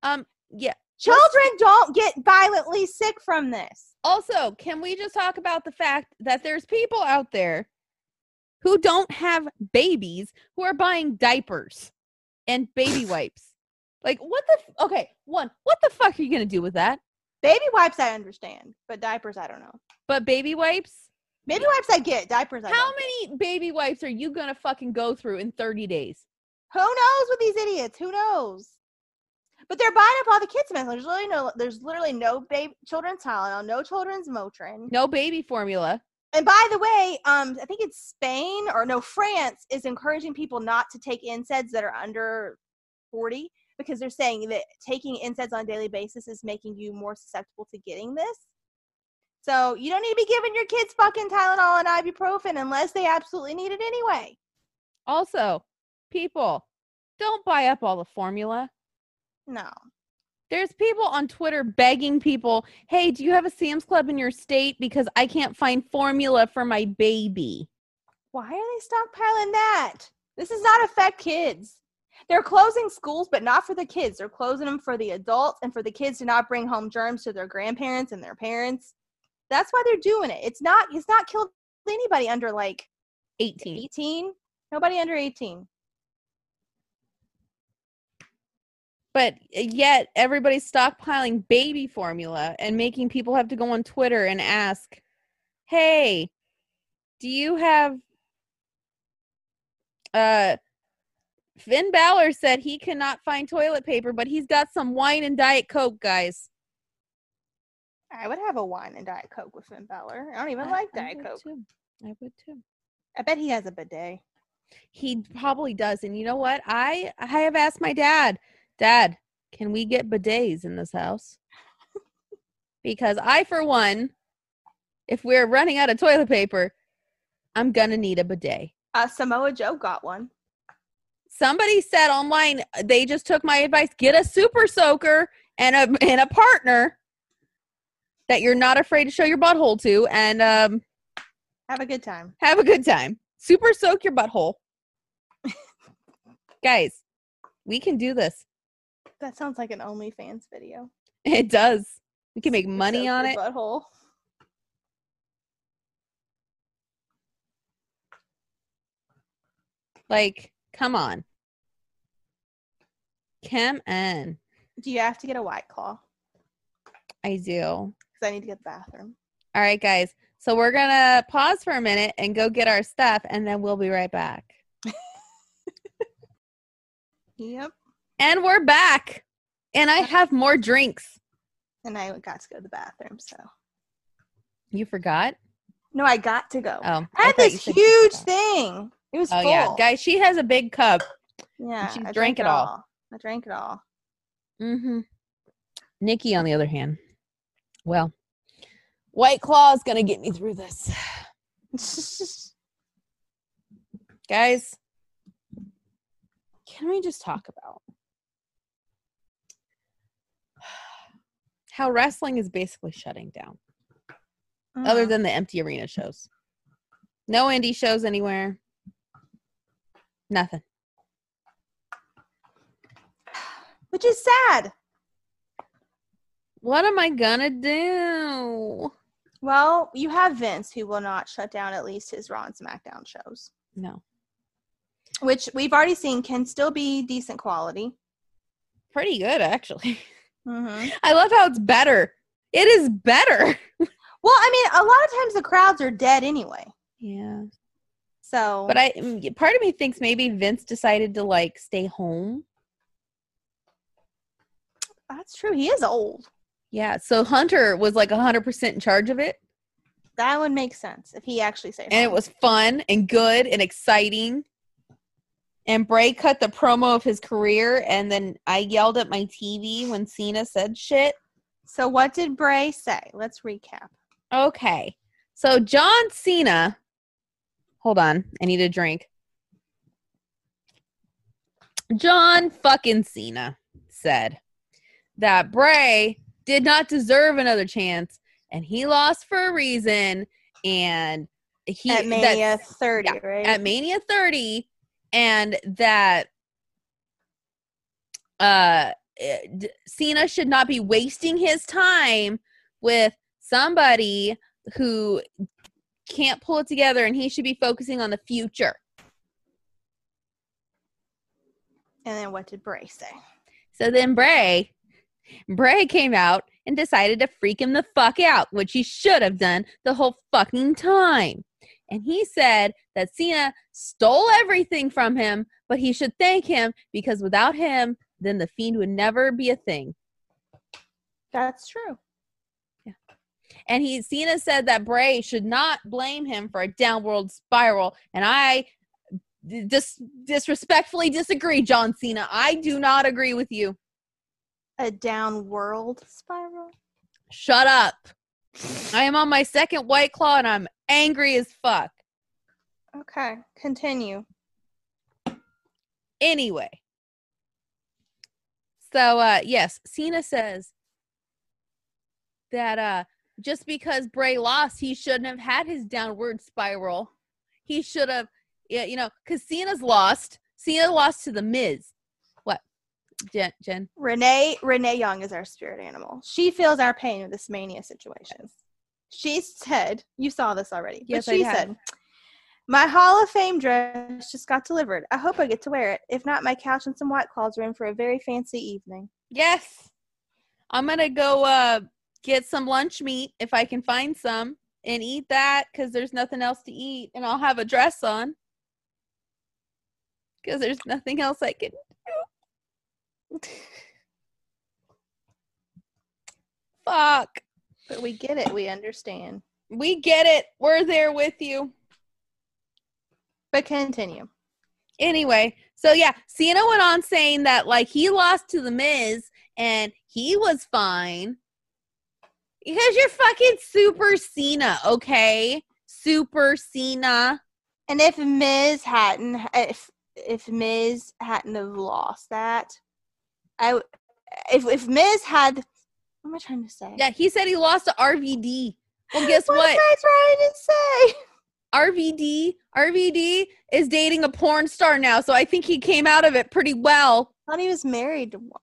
Speaker 1: um yeah.
Speaker 2: Children don't get violently sick from this.
Speaker 1: Also, can we just talk about the fact that there's people out there who don't have babies who are buying diapers and baby wipes? Like what the f- okay one what the fuck are you gonna do with that?
Speaker 2: Baby wipes, I understand, but diapers, I don't know.
Speaker 1: But baby wipes,
Speaker 2: Baby wipes I get. Diapers I
Speaker 1: How
Speaker 2: don't.
Speaker 1: many baby wipes are you gonna fucking go through in 30 days?
Speaker 2: Who knows with these idiots? Who knows? But they're buying up all the kids' medicine. There's literally no, there's literally no babe, children's Tylenol, no children's Motrin.
Speaker 1: No baby formula.
Speaker 2: And by the way, um, I think it's Spain or no, France is encouraging people not to take NSAIDs that are under 40 because they're saying that taking NSAIDs on a daily basis is making you more susceptible to getting this. So you don't need to be giving your kids fucking Tylenol and ibuprofen unless they absolutely need it anyway.
Speaker 1: Also, people, don't buy up all the formula.
Speaker 2: No.
Speaker 1: There's people on Twitter begging people, hey, do you have a Sam's Club in your state? Because I can't find formula for my baby.
Speaker 2: Why are they stockpiling that? This does not affect kids. They're closing schools, but not for the kids. They're closing them for the adults and for the kids to not bring home germs to their grandparents and their parents. That's why they're doing it. It's not. It's not killed anybody under like
Speaker 1: 18.
Speaker 2: eighteen. Nobody under eighteen.
Speaker 1: But uh, yet everybody's stockpiling baby formula and making people have to go on Twitter and ask, hey, do you have. Uh, Finn Balor said he cannot find toilet paper, but he's got some wine and Diet Coke, guys.
Speaker 2: I would have a wine and diet coke with Finn Balor. I don't even
Speaker 1: I-
Speaker 2: like
Speaker 1: I
Speaker 2: diet
Speaker 1: would
Speaker 2: coke.
Speaker 1: Too. I would too.
Speaker 2: I bet he has a bidet.
Speaker 1: He probably does. And you know what? I I have asked my dad, Dad, can we get bidets in this house? because I, for one, if we're running out of toilet paper, I'm gonna need a bidet.
Speaker 2: Uh, Samoa Joe got one.
Speaker 1: Somebody said online they just took my advice. Get a super soaker and a and a partner that you're not afraid to show your butthole to, and um,
Speaker 2: Have a good time.
Speaker 1: have a good time. Super soak your butthole, guys. We can do this.
Speaker 2: That sounds like an OnlyFans video.
Speaker 1: It does. We can make
Speaker 2: Soak
Speaker 1: money on
Speaker 2: your
Speaker 1: it.
Speaker 2: Butthole.
Speaker 1: Like, come on. Come on.
Speaker 2: Do you have to get a white claw?
Speaker 1: I do. All
Speaker 2: Because I need to get the bathroom.
Speaker 1: right, guys. So we're going to pause for a minute and go get our stuff, and then we'll be right back.
Speaker 2: Yep.
Speaker 1: And we're back. And I have more drinks.
Speaker 2: And I got to go to the bathroom. So
Speaker 1: You forgot?
Speaker 2: no, I got to go.
Speaker 1: Oh, I
Speaker 2: I had
Speaker 1: thought you
Speaker 2: this
Speaker 1: said you
Speaker 2: huge
Speaker 1: forgot.
Speaker 2: thing. It was
Speaker 1: Oh,
Speaker 2: full.
Speaker 1: yeah. Guys, she has a big cup.
Speaker 2: Yeah,
Speaker 1: she
Speaker 2: I
Speaker 1: drank it all.
Speaker 2: I drank it all.
Speaker 1: Mm-hmm. Nikki, on the other hand, well, White Claw is going to get me through this. guys can we just talk about how wrestling is basically shutting down other
Speaker 2: Mm.
Speaker 1: than the empty arena shows no indie shows anywhere nothing
Speaker 2: which is sad.
Speaker 1: what am i gonna do
Speaker 2: Well, you have Vince who will not shut down at least his Raw and SmackDown shows,
Speaker 1: no
Speaker 2: which we've already seen can still be decent quality.
Speaker 1: pretty good actually
Speaker 2: Mm-hmm.
Speaker 1: i love how it's better it is better
Speaker 2: Well, I mean, a lot of times the crowds are dead anyway.
Speaker 1: yeah
Speaker 2: So,
Speaker 1: but i mm, part of me thinks maybe vince decided to like stay home
Speaker 2: that's true. He is old.
Speaker 1: yeah so hunter was like 100% in charge of it
Speaker 2: That would make sense if he actually stayed.
Speaker 1: and it
Speaker 2: home.
Speaker 1: was fun and good and exciting. And Bray cut the promo of his career, and then I yelled at my TV when Cena said shit.
Speaker 2: So what did Bray say? Let's recap.
Speaker 1: Okay, so John Cena, hold on, I need a drink. John fucking Cena said that Bray did not deserve another chance, and he lost for a reason, and he
Speaker 2: at
Speaker 1: that-
Speaker 2: Mania 30,
Speaker 1: yeah,
Speaker 2: right?
Speaker 1: at Mania 30 and that uh eh, d- Cena should not be wasting his time with somebody who can't pull it together and he should be focusing on the future.
Speaker 2: and then what did Bray say?
Speaker 1: So then Bray Bray came out and decided to freak him the fuck out, which he should have done the whole fucking time. And he said that Cena stole everything from him, but he should thank him because without him, then the Fiend would never be a thing.
Speaker 2: That's true.
Speaker 1: And he Cena said that Bray should not blame him for a downward spiral. And I dis- disrespectfully disagree, John Cena. I do not agree with you.
Speaker 2: A down world spiral.
Speaker 1: Shut up. I am on my second white claw and I'm angry as fuck.
Speaker 2: Okay, continue.
Speaker 1: Anyway. So uh yes, Cena says that uh just because Bray lost, he shouldn't have had his downward spiral. He should have yeah, you know, because Cena's lost. Cena lost to the Miz. What? Jen Jen.
Speaker 2: Renee Renee Young is our spirit animal. She feels our pain with this mania situation. She said, "You saw this already."
Speaker 1: Yes,
Speaker 2: but
Speaker 1: I
Speaker 2: she
Speaker 1: have.
Speaker 2: said, "My Hall of Fame dress just got delivered. I hope I get to wear it. If not, my couch and some white claws are in for a very fancy evening."
Speaker 1: Yes. I'm gonna go uh get some lunch meat if I can find some and eat that because there's nothing else to eat and I'll have a dress on. Cause there's nothing else I can do. Fuck.
Speaker 2: But we get it. We understand.
Speaker 1: We get it. We're there with you.
Speaker 2: But continue.
Speaker 1: Anyway, so yeah, Cena went on saying that like he lost to the Miz and he was fine. Because you're fucking super Cena, okay? Super Cena.
Speaker 2: And if Miz hadn't, if if Miz hadn't have lost that, I w- if if Miz had, what am I trying to say?
Speaker 1: Yeah, he said he lost to RVD. Well, guess
Speaker 2: What
Speaker 1: what?
Speaker 2: am I trying to say?
Speaker 1: RVD, RVD is dating a porn star now, so I think he came out of it pretty well.
Speaker 2: I thought he was married to one.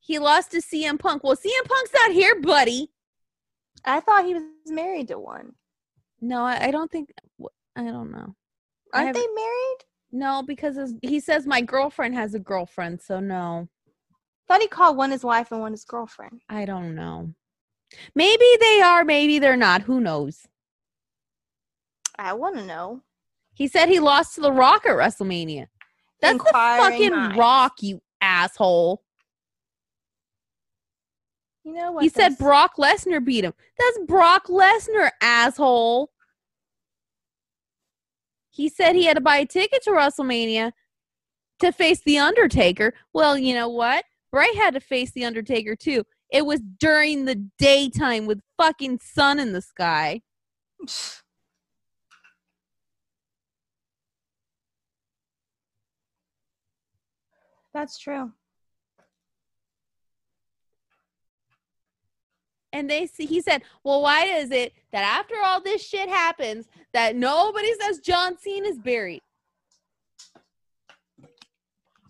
Speaker 1: He lost to CM Punk. Well, CM Punk's not here, buddy.
Speaker 2: I thought he was married to one.
Speaker 1: No, I, I don't think. I don't know. I
Speaker 2: Aren't
Speaker 1: have-
Speaker 2: they married?
Speaker 1: No, because his- he says my girlfriend has a girlfriend, so no,
Speaker 2: Thought he called one his wife and one his girlfriend.
Speaker 1: I don't know. Maybe they are, maybe they're not. Who knows?
Speaker 2: I want to know.
Speaker 1: He said he lost to The Rock at WrestleMania. That's the
Speaker 2: Inquiring
Speaker 1: fucking
Speaker 2: minds.
Speaker 1: Rock, you asshole.
Speaker 2: You know what?
Speaker 1: he said
Speaker 2: this-
Speaker 1: Brock Lesnar beat him. That's Brock Lesnar, asshole. He said he had to buy a ticket to WrestleMania to face The Undertaker. Well, you know what? Bray had to face The Undertaker too. It was during the daytime with fucking sun in the sky.
Speaker 2: That's true.
Speaker 1: And they see, he said, "Well, why is it that after all this shit happens that nobody says John Cena's buried?"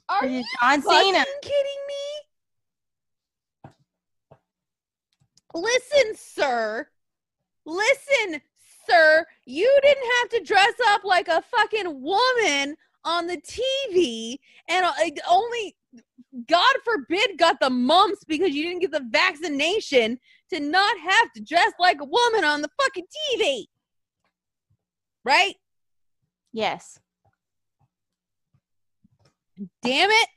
Speaker 1: Are you
Speaker 2: John Cena.
Speaker 1: fucking kidding me? Listen, sir. Listen, sir. You didn't have to dress up like a fucking woman on the TV and uh, it only, God forbid, got the mumps because you didn't get the vaccination to not have to dress like a woman on the fucking TV. Right?
Speaker 2: Yes.
Speaker 1: damn it.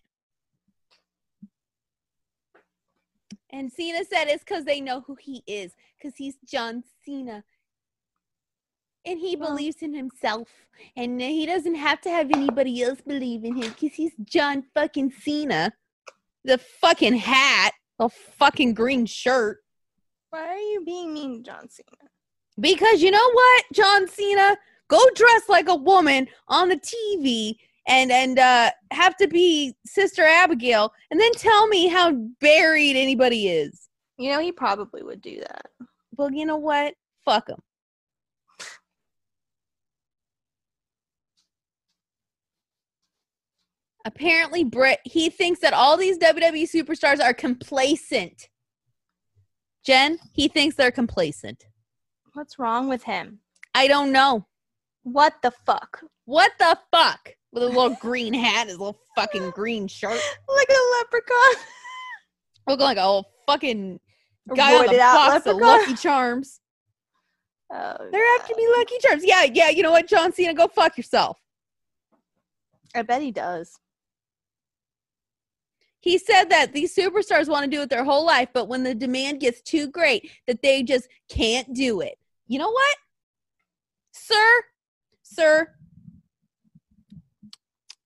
Speaker 1: And Cena said it's because they know who he is, because he's John Cena. And he
Speaker 2: Well-
Speaker 1: believes in himself. And he doesn't have to have anybody else believe in him because he's John fucking Cena. The fucking hat, the fucking green shirt.
Speaker 2: Why are you being mean to John Cena?
Speaker 1: Because you know what, John Cena, go dress like a woman on the TV and and uh, have to be Sister Abigail, and then tell me how buried anybody is.
Speaker 2: You know he probably would do that.
Speaker 1: Well, you know what? Fuck him. Apparently, Brit he thinks that all these WWE superstars are complacent. Jen, he thinks they're complacent.
Speaker 2: What's wrong with him?
Speaker 1: I don't know.
Speaker 2: What the fuck?
Speaker 1: What the fuck? With a little green hat, his little fucking green shirt.
Speaker 2: Like a leprechaun.
Speaker 1: Looking like a whole fucking Guy on
Speaker 2: roided
Speaker 1: the
Speaker 2: out
Speaker 1: box of
Speaker 2: leprechaun.
Speaker 1: Lucky Charms.
Speaker 2: Oh,
Speaker 1: They're after me, Lucky Charms. Yeah, yeah. You know what, John Cena, go fuck yourself.
Speaker 2: I bet he does.
Speaker 1: He said that these superstars want to do it their whole life, but when the demand gets too great, that they just can't do it. You know what? Sir, sir,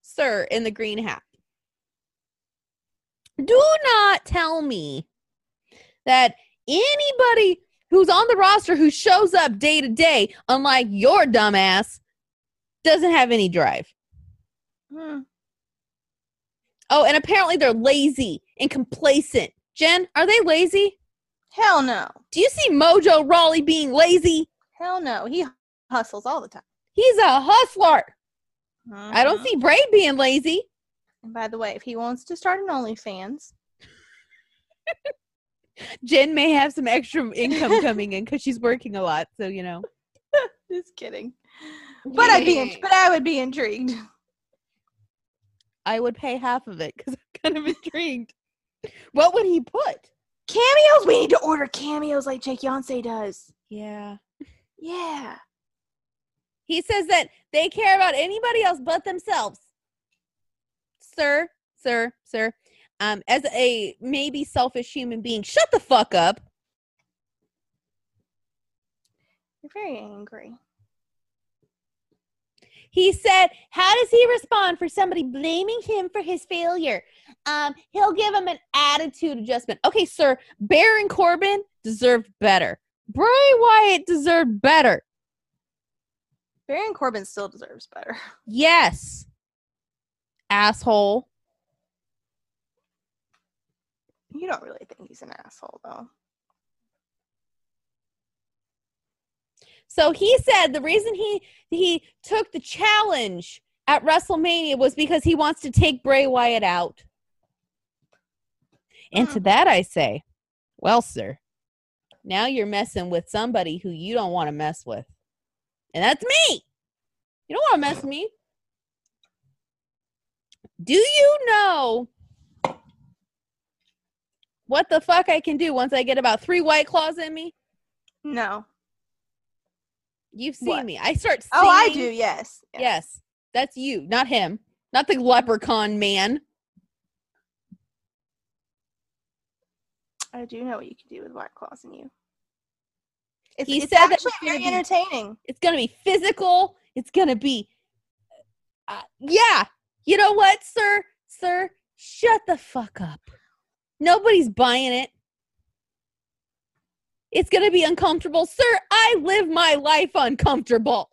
Speaker 1: sir in the green hat. Do not tell me that anybody who's on the roster who shows up day to day, unlike your dumbass, doesn't have any drive.
Speaker 2: Hmm.
Speaker 1: Oh, and apparently they're lazy and complacent. Jen, are they lazy?
Speaker 2: Hell no.
Speaker 1: Do you see Mojo Raleigh being lazy?
Speaker 2: Hell no. He hustles all the time.
Speaker 1: He's a hustler. I don't
Speaker 2: Mhm.
Speaker 1: see Bray being lazy.
Speaker 2: And by the way, if he wants to start an OnlyFans,
Speaker 1: Jen may have some extra income coming in because she's working a lot. So, you know.
Speaker 2: just kidding. But I'd be, in- but I would be intrigued.
Speaker 1: I would pay half of it because I'm kind of intrigued. What would he put?
Speaker 2: Cameos. We need to order cameos like Jake Yonsei does.
Speaker 1: Yeah.
Speaker 2: Yeah.
Speaker 1: He says that they care about anybody else but themselves. Sir, sir, sir. Um, as a maybe selfish human being, shut the fuck up.
Speaker 2: You're very angry.
Speaker 1: He said, "How does he respond for somebody blaming him for his failure? Um, he'll give him an attitude adjustment." Okay, sir, Baron Corbin deserved better. Bray Wyatt deserved better.
Speaker 2: Baron Corbin still deserves better.
Speaker 1: Yes, asshole.
Speaker 2: You don't really think he's an asshole, though.
Speaker 1: So he said the reason he he took the challenge at WrestleMania was because he wants to take Bray Wyatt out. And
Speaker 2: Hmm.
Speaker 1: to that I say, well, sir, now you're messing with somebody who you don't want to mess with. And that's me. You don't want to mess with me. Do you know what the fuck I can do once I get about three white claws in me? Hmm.
Speaker 2: No.
Speaker 1: You've seen
Speaker 2: What?
Speaker 1: me. I start
Speaker 2: Oh, I
Speaker 1: singing.
Speaker 2: do. Yes. Yeah.
Speaker 1: Yes, that's you, not him, not the leprechaun man.
Speaker 2: I do know what you can do with White Claws and you. It's,
Speaker 1: He
Speaker 2: it's
Speaker 1: said that
Speaker 2: actually
Speaker 1: it's gonna
Speaker 2: very
Speaker 1: be-
Speaker 2: entertaining.
Speaker 1: It's gonna be physical. It's gonna be, uh, yeah. You know what, sir, sir, shut the fuck up. Nobody's buying it. It's gonna be uncomfortable, sir. I live my life uncomfortable.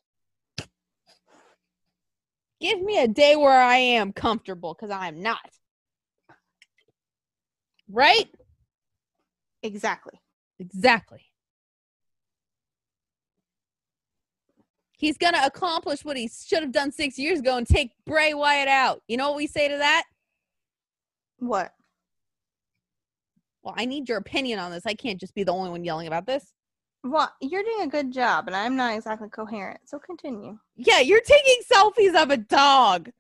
Speaker 1: Give me a day where I am comfortable, because I'm not. Right?
Speaker 2: Exactly.
Speaker 1: Exactly. He's going to accomplish what he should have done six years ago and take Bray Wyatt out. You know what we say to that?
Speaker 2: What?
Speaker 1: Well, I need your opinion on this. I can't just be the only one yelling about this.
Speaker 2: What? You're doing a good job, and I'm not exactly coherent. So continue.
Speaker 1: Yeah, you're taking selfies of a dog.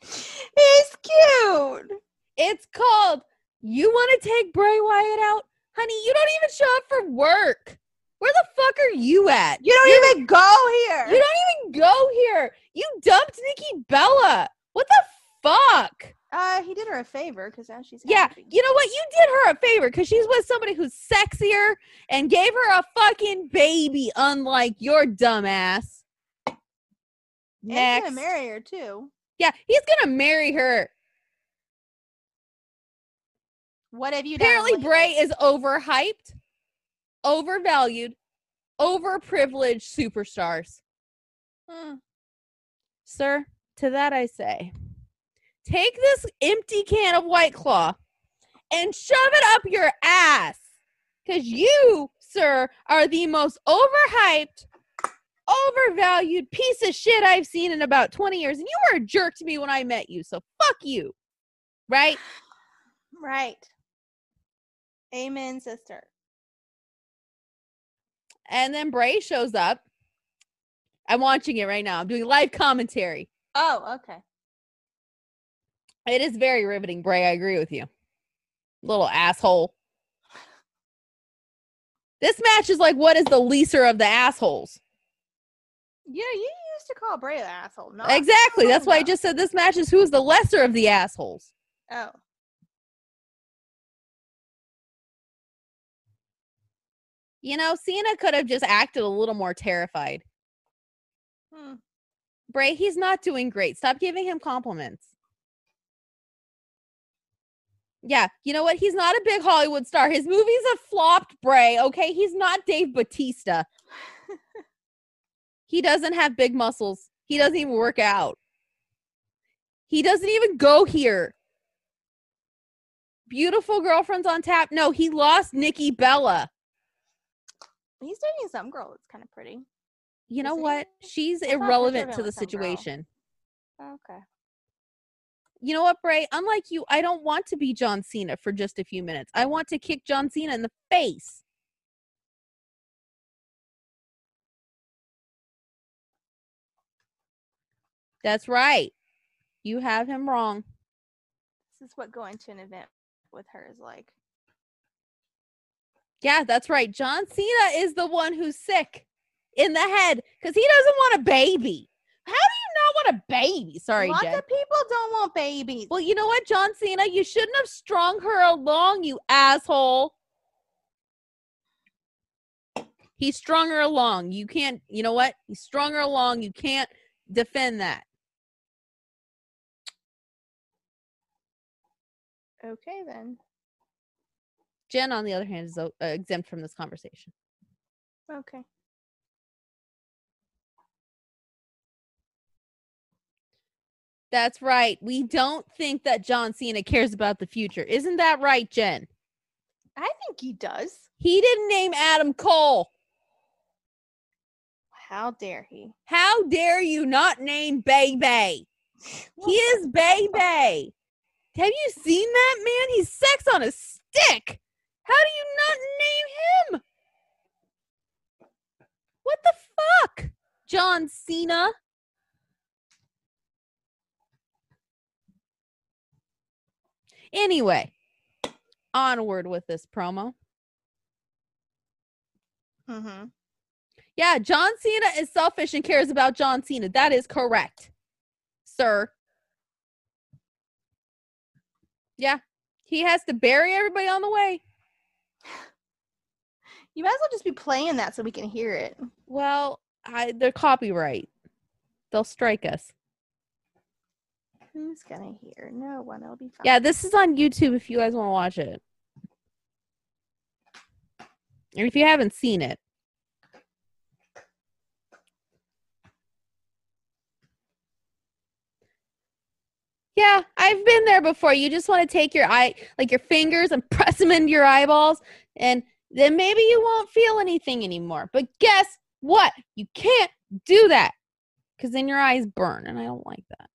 Speaker 2: He's cute.
Speaker 1: It's called You Want to Take Bray Wyatt Out? Honey, you don't even show up for work. Where the fuck are you at?
Speaker 2: You don't even go here.
Speaker 1: You don't even go here. You dumped Nikki Bella. What the fuck?
Speaker 2: uh, he did her a favor because now she's
Speaker 1: Yeah,
Speaker 2: happy.
Speaker 1: you know what? You did her a favor because she's with somebody who's sexier and gave her a fucking baby, unlike your dumbass.
Speaker 2: And he's
Speaker 1: Next.
Speaker 2: gonna marry her too.
Speaker 1: yeah, he's gonna marry her.
Speaker 2: What have you
Speaker 1: Apparently,
Speaker 2: done? lately?
Speaker 1: Bray is overhyped, overvalued, overprivileged superstars.
Speaker 2: Hmm.
Speaker 1: Sir, to that I say, take this empty can of White Claw and shove it up your ass. Because you, sir, are the most overhyped, overvalued piece of shit I've seen in about 20 years. And you were a jerk to me when I met you. So fuck you. Right?
Speaker 2: Right. Amen, sister.
Speaker 1: And then Bray shows up. I'm watching it right now. I'm doing live commentary.
Speaker 2: Oh, okay.
Speaker 1: It is very riveting, Bray. I agree with you. Little asshole. This match is like, what is the leaser of the assholes?
Speaker 2: Yeah, you used to call Bray the asshole. Not
Speaker 1: exactly.
Speaker 2: long
Speaker 1: That's why I
Speaker 2: ago.
Speaker 1: just said this match is who's the lesser of the assholes.
Speaker 2: Oh.
Speaker 1: You know, Cena could have just acted a little more terrified.
Speaker 2: Hmm.
Speaker 1: Bray, he's not doing great. Stop giving him compliments. Yeah, you know what? He's not a big Hollywood star. His movies have flopped, Bray. Okay, he's not Dave Batista. he doesn't have big muscles. He doesn't even work out. He doesn't even go here. Beautiful girlfriends on tap. No, he lost Nikki Bella.
Speaker 2: He's dating some girl that's kind of pretty.
Speaker 1: You
Speaker 2: Is
Speaker 1: know
Speaker 2: he?
Speaker 1: what? She's
Speaker 2: I thought for
Speaker 1: irrelevant to
Speaker 2: sure it
Speaker 1: the
Speaker 2: was some girl.
Speaker 1: situation.
Speaker 2: Okay.
Speaker 1: you know what, Bray? Unlike you, I don't want to be John Cena for just a few minutes. I want to kick John Cena in the face. That's right. You have him wrong.
Speaker 2: This is what going to an event with her is like.
Speaker 1: Yeah, that's right. John Cena is the one who's sick in the head because he doesn't want a baby. How do you not want a baby? Sorry,
Speaker 2: Lots
Speaker 1: Jen.
Speaker 2: of people don't want babies.
Speaker 1: Well, you know what, John Cena? You shouldn't have strung her along, you asshole. He strung her along. You can't, you know what? He strung her along. You can't defend that.
Speaker 2: Okay then.
Speaker 1: Jen, on the other hand, is uh, exempt from this conversation.
Speaker 2: Okay.
Speaker 1: That's right. We don't think that John Cena cares about the future. Isn't that right, Jen?
Speaker 2: I think he does.
Speaker 1: He didn't name Adam Cole.
Speaker 2: How dare he?
Speaker 1: How dare you not name Baby? He is baby. Have you seen that man? He's sex on a stick. How do you not name him? What the fuck? John Cena. Anyway, onward with this promo.
Speaker 2: Mm-hmm.
Speaker 1: Yeah, John Cena is selfish and cares about John Cena. That is correct, sir. Yeah, he has to bury everybody on the way.
Speaker 2: You might as well just be playing that so we can hear it.
Speaker 1: Well, I, they're copyright. They'll strike us.
Speaker 2: Who's gonna hear? No one. It'll be fine.
Speaker 1: Yeah, this is on YouTube if you guys want to watch it. Or if you haven't seen it. Yeah, I've been there before. You just want to take your eye, like your fingers, and press them into your eyeballs, and then maybe you won't feel anything anymore. But guess what? You can't do that because then your eyes burn, and I don't like that.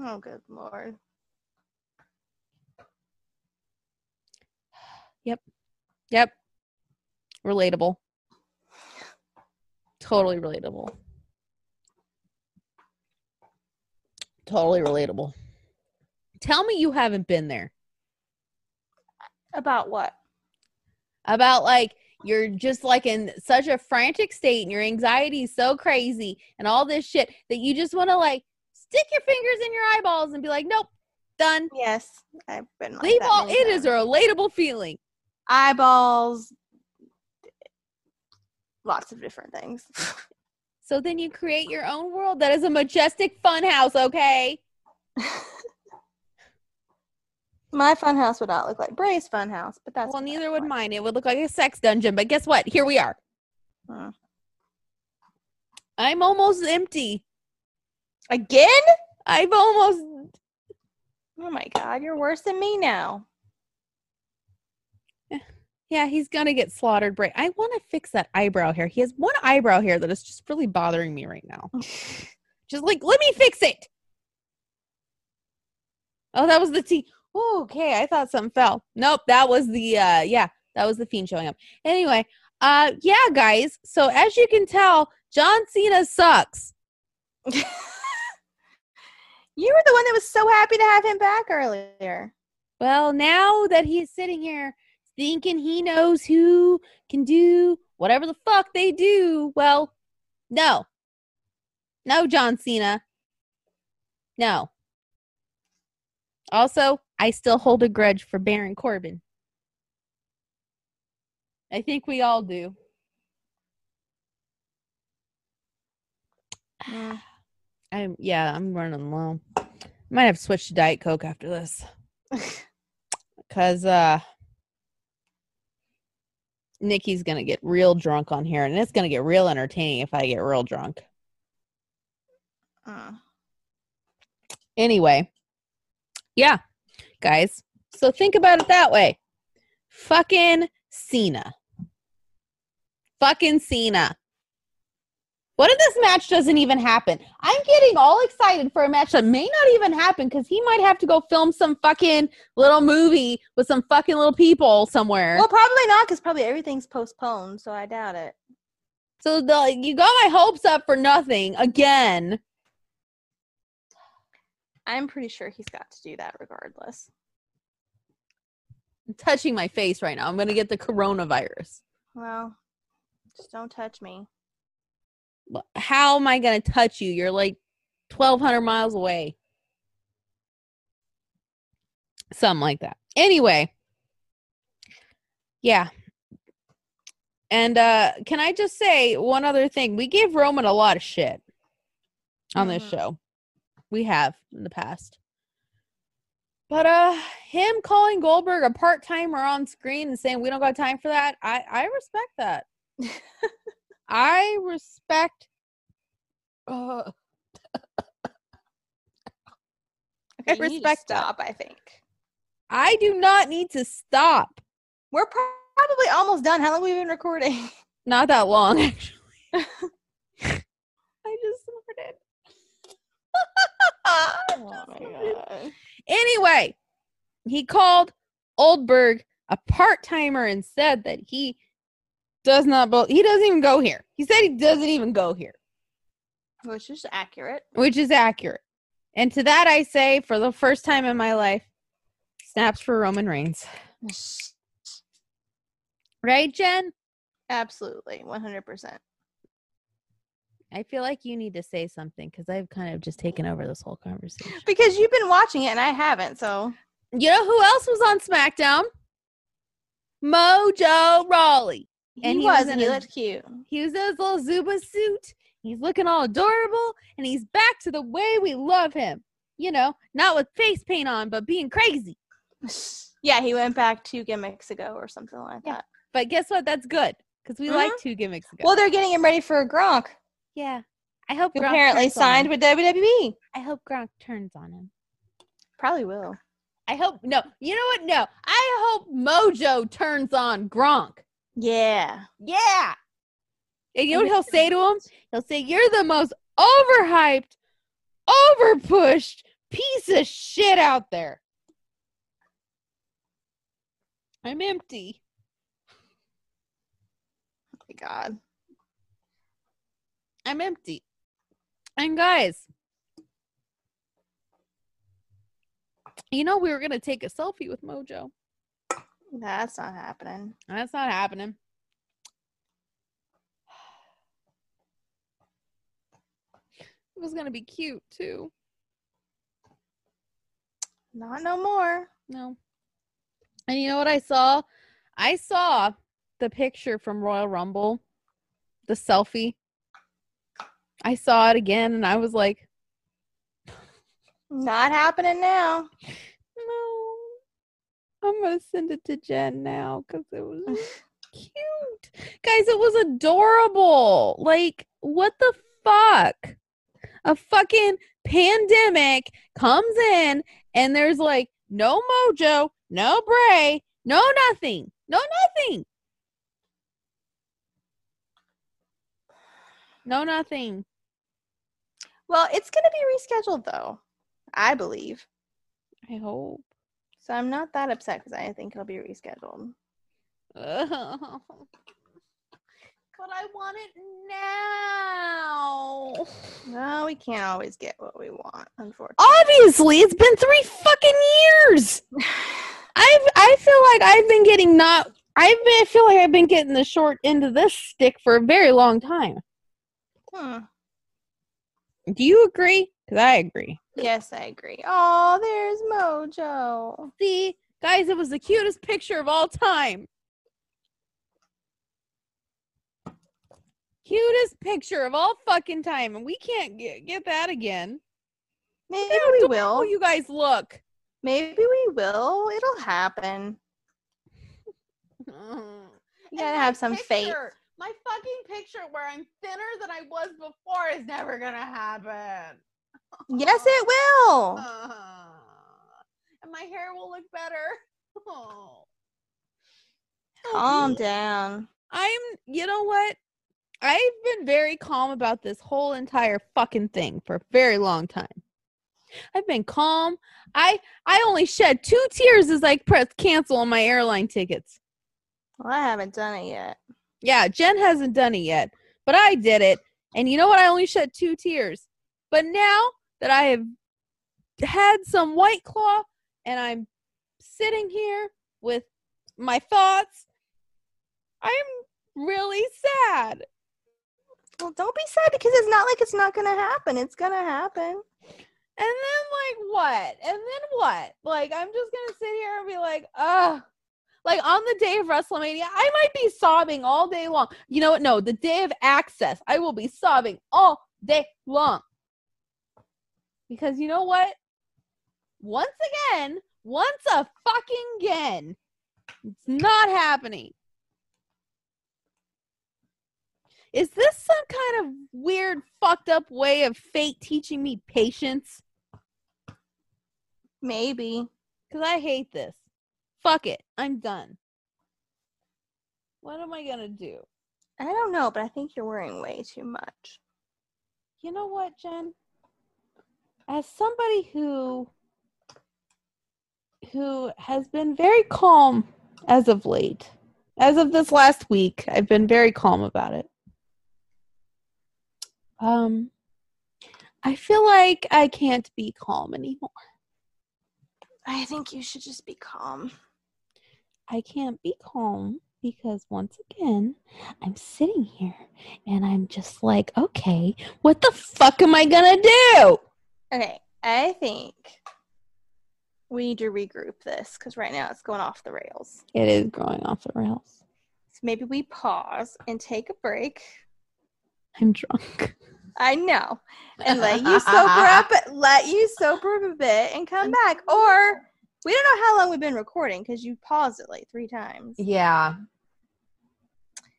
Speaker 2: Oh, good lord.
Speaker 1: Yep. Relatable. Totally relatable. Totally relatable. Tell me you haven't been there.
Speaker 2: About what?
Speaker 1: About like you're just like in such a frantic state and your anxiety is so crazy and all this shit that you just want to like stick your fingers in your eyeballs and be like, nope, done.
Speaker 2: Yes, I've been. Like
Speaker 1: Leave
Speaker 2: that
Speaker 1: all.
Speaker 2: many
Speaker 1: It is a
Speaker 2: times.
Speaker 1: relatable feeling.
Speaker 2: eyeballs. Lots of different things.
Speaker 1: So then you create your own world that is a majestic fun house, okay?
Speaker 2: My fun house would not look like Bray's fun house, but that's
Speaker 1: well,
Speaker 2: what I
Speaker 1: neither would
Speaker 2: want.
Speaker 1: mine. It would look like a sex dungeon, but guess what? Here we are.
Speaker 2: Mm.
Speaker 1: I'm almost empty.
Speaker 2: Again?
Speaker 1: I've almost.
Speaker 2: Oh my god, you're worse than me now.
Speaker 1: Yeah, he's gonna get slaughtered. Bray, I want to fix that eyebrow hair. He has one eyebrow hair that is just really bothering me right now.
Speaker 2: Oh.
Speaker 1: just like, let me fix it. Oh, that was the T. Oh, okay, I thought something fell. Nope, that was the uh yeah, that was the fiend showing up. Anyway, uh yeah, guys. So as you can tell, John Cena sucks.
Speaker 2: You were the one that was so happy to have him back earlier.
Speaker 1: Well, now that he's sitting here thinking he knows who can do whatever the fuck they do. Well, no. No, John Cena. No. Also, I still hold a grudge for Baron Corbin. I think we all do.
Speaker 2: Mm.
Speaker 1: I'm yeah, I'm running low. Might have switched to Diet Coke after this. Cause uh Nikki's gonna get real drunk on here and it's gonna get real entertaining if I get real drunk.
Speaker 2: Mm.
Speaker 1: Anyway. Yeah, guys. So think about it that way. Fucking Cena. Fucking Cena. What if this match doesn't even happen? I'm getting all excited for a match that may not even happen because he might have to go film some fucking little movie with some fucking little people somewhere.
Speaker 2: Well, probably not because probably everything's postponed, so I doubt it.
Speaker 1: So the, you got my hopes up for nothing again.
Speaker 2: I'm pretty sure he's got to do that regardless.
Speaker 1: I'm touching my face right now. I'm going to get the coronavirus.
Speaker 2: Well, just don't touch me.
Speaker 1: Wh- How am I going to touch you? You're like 1,200 miles away. Something like that. Anyway. Yeah. And uh can I just say one other thing? We gave Roman a lot of shit on this
Speaker 2: Mhm.
Speaker 1: show. We have in the past. But uh him calling Goldberg a part-timer on screen and saying we don't got time for that, I I respect that. I respect uh, I
Speaker 2: You need to
Speaker 1: respect that.
Speaker 2: stop, I think.
Speaker 1: I do not need to stop.
Speaker 2: We're pro- probably almost done. How long have we been recording?
Speaker 1: Not that long, actually. I just snorted.
Speaker 2: oh
Speaker 1: God. Anyway, he called Oldberg a part timer and said that he does not. Bel- he doesn't even go here. He said he doesn't even go here,
Speaker 2: Which is accurate.
Speaker 1: which is accurate. And to that, I say, for the first time in my life, snaps for Roman Reigns. Right, Jen?
Speaker 2: Absolutely, 100%.
Speaker 1: I feel like you need to say something because I've kind of just taken over this whole conversation.
Speaker 2: Because you've been watching it and I haven't, so
Speaker 1: You know who else was on SmackDown? Mojo Rawley. And he was in
Speaker 2: he
Speaker 1: a-
Speaker 2: looked cute.
Speaker 1: He was in his little Zuba suit. He's looking all adorable, and he's back to the way we love him. You know, not with face paint on, but being crazy.
Speaker 2: Yeah, he went back two gimmicks ago or something like
Speaker 1: Yeah.
Speaker 2: that.
Speaker 1: But guess what? That's good because we like two gimmicks ago.
Speaker 2: Well, they're getting him ready for Gronk,
Speaker 1: yeah, I hope
Speaker 2: who
Speaker 1: Gronk
Speaker 2: apparently
Speaker 1: turns on
Speaker 2: signed
Speaker 1: him.
Speaker 2: with E. WWE.
Speaker 1: I hope Gronk turns on him.
Speaker 2: Probably will.
Speaker 1: I hope no. You know what? No, I hope Mojo turns on Gronk.
Speaker 2: Yeah. Oh
Speaker 1: Yeah. And you know what
Speaker 2: And
Speaker 1: he'll say to him? He'll say, You're the most overhyped, overpushed piece of shit out there. I'm empty.
Speaker 2: Oh my God.
Speaker 1: I'm empty. And guys, you know, we were going to take a selfie with Mojo.
Speaker 2: That's not happening.
Speaker 1: That's not happening. It was going to be cute, too.
Speaker 2: Not no more.
Speaker 1: No. And you know what I saw? I saw the picture from Royal Rumble, the selfie. I saw it again and I was like,
Speaker 2: Not happening now.
Speaker 1: no. I'm going to send it to Jen now because it was cute. Guys, it was adorable. Like, what the fuck? A fucking pandemic comes in and there's like no mojo, no Bray, no nothing, no nothing. No nothing.
Speaker 2: Well, it's going to be rescheduled, though, I believe.
Speaker 1: I hope.
Speaker 2: So I'm not that upset because I think it'll be rescheduled.
Speaker 1: but I want it now.
Speaker 2: No, we can't always get what we want, unfortunately.
Speaker 1: Obviously, it's been three fucking years. I've I feel like I've been getting not I've been, I feel like I've been getting the short end of this stick for a very long time.
Speaker 2: Hmm.
Speaker 1: Do you agree? Because I agree.
Speaker 2: Yes, I agree. Oh, there's Mojo.
Speaker 1: See, guys, it was the cutest picture of all time. Cutest picture of all fucking time, and we can't get, get that again.
Speaker 2: Maybe
Speaker 1: Look how
Speaker 2: we
Speaker 1: adorable
Speaker 2: will.
Speaker 1: you guys look.
Speaker 2: Maybe we will. It'll happen. You gotta have some faith.
Speaker 1: My fucking picture where I'm thinner than I was before is never gonna happen.
Speaker 2: Yes, it will.
Speaker 1: Oh. Ah, and my hair will look better. Oh.
Speaker 2: Calm down.
Speaker 1: Um, I'm, you know what? I've been very calm about this whole entire fucking thing for a very long time. I've been calm. I I only shed two tears as I pressed cancel on my airline tickets.
Speaker 2: Well, I haven't done it yet.
Speaker 1: Yeah, Jen hasn't done it yet, but I did it. And you know what? I only shed two tears. But now that I have had some white claw and I'm sitting here with my thoughts, I'm really sad.
Speaker 2: Well, don't be sad because it's not like it's not gonna happen. It's gonna
Speaker 1: And
Speaker 2: happen.
Speaker 1: then like what? And then what? Like I'm just gonna sit here and be like, ugh. Like on the day of WrestleMania, I might be sobbing all day long. You know what? No, the day of access, I will be sobbing all day long. Because you know what? Once again, once a fucking again, it's not happening. Is this some kind of weird, fucked up way of fate teaching me patience?
Speaker 2: Maybe.
Speaker 1: Because I hate this. Fuck it. I'm done. What am I going to do?
Speaker 2: I don't know, but I think you're worrying way too much.
Speaker 1: You know what, Jen? As somebody who who has been very calm as of late. As of this last week, I've been very calm about it. Um I feel like I can't be calm anymore.
Speaker 2: I think you should just be calm.
Speaker 1: I can't be calm because once again, I'm sitting here and I'm just like, okay, what the fuck am I gonna do?
Speaker 2: Okay, I think we need to regroup this because right now it's going off the rails.
Speaker 1: It is going off the rails.
Speaker 2: So maybe we pause and take a break.
Speaker 1: I'm drunk.
Speaker 2: I know. And let you sober up, let you sober up a bit and come back. Or we don't know how long we've been recording because you paused it like three times.
Speaker 1: Yeah.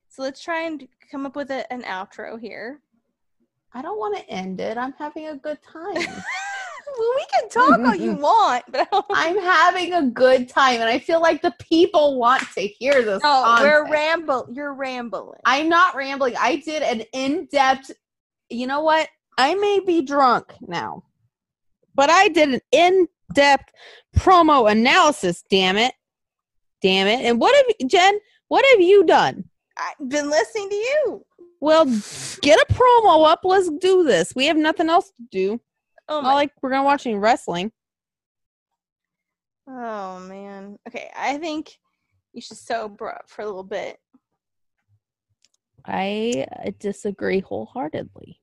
Speaker 2: So let's try and come up with a, an outro here.
Speaker 1: I don't want to end it. I'm having a good time.
Speaker 2: Well, we can talk all you want, but I don't
Speaker 1: I'm having a good time, and I feel like the people want to hear this.
Speaker 2: No, we're
Speaker 1: content.
Speaker 2: ramble. You're rambling.
Speaker 1: I'm not rambling. I did an in depth, you know what? I may be drunk now, but I did an in depth promo analysis, damn it. Damn it. And what have you, Jen, what have you done?
Speaker 2: I've been listening to you.
Speaker 1: Well, get a promo up. Let's do this. We have nothing else to do.
Speaker 2: Oh
Speaker 1: Not
Speaker 2: my.
Speaker 1: like we're going to watch any wrestling.
Speaker 2: oh man. Okay, I think you should sober up for a little bit.
Speaker 1: I uh, disagree wholeheartedly.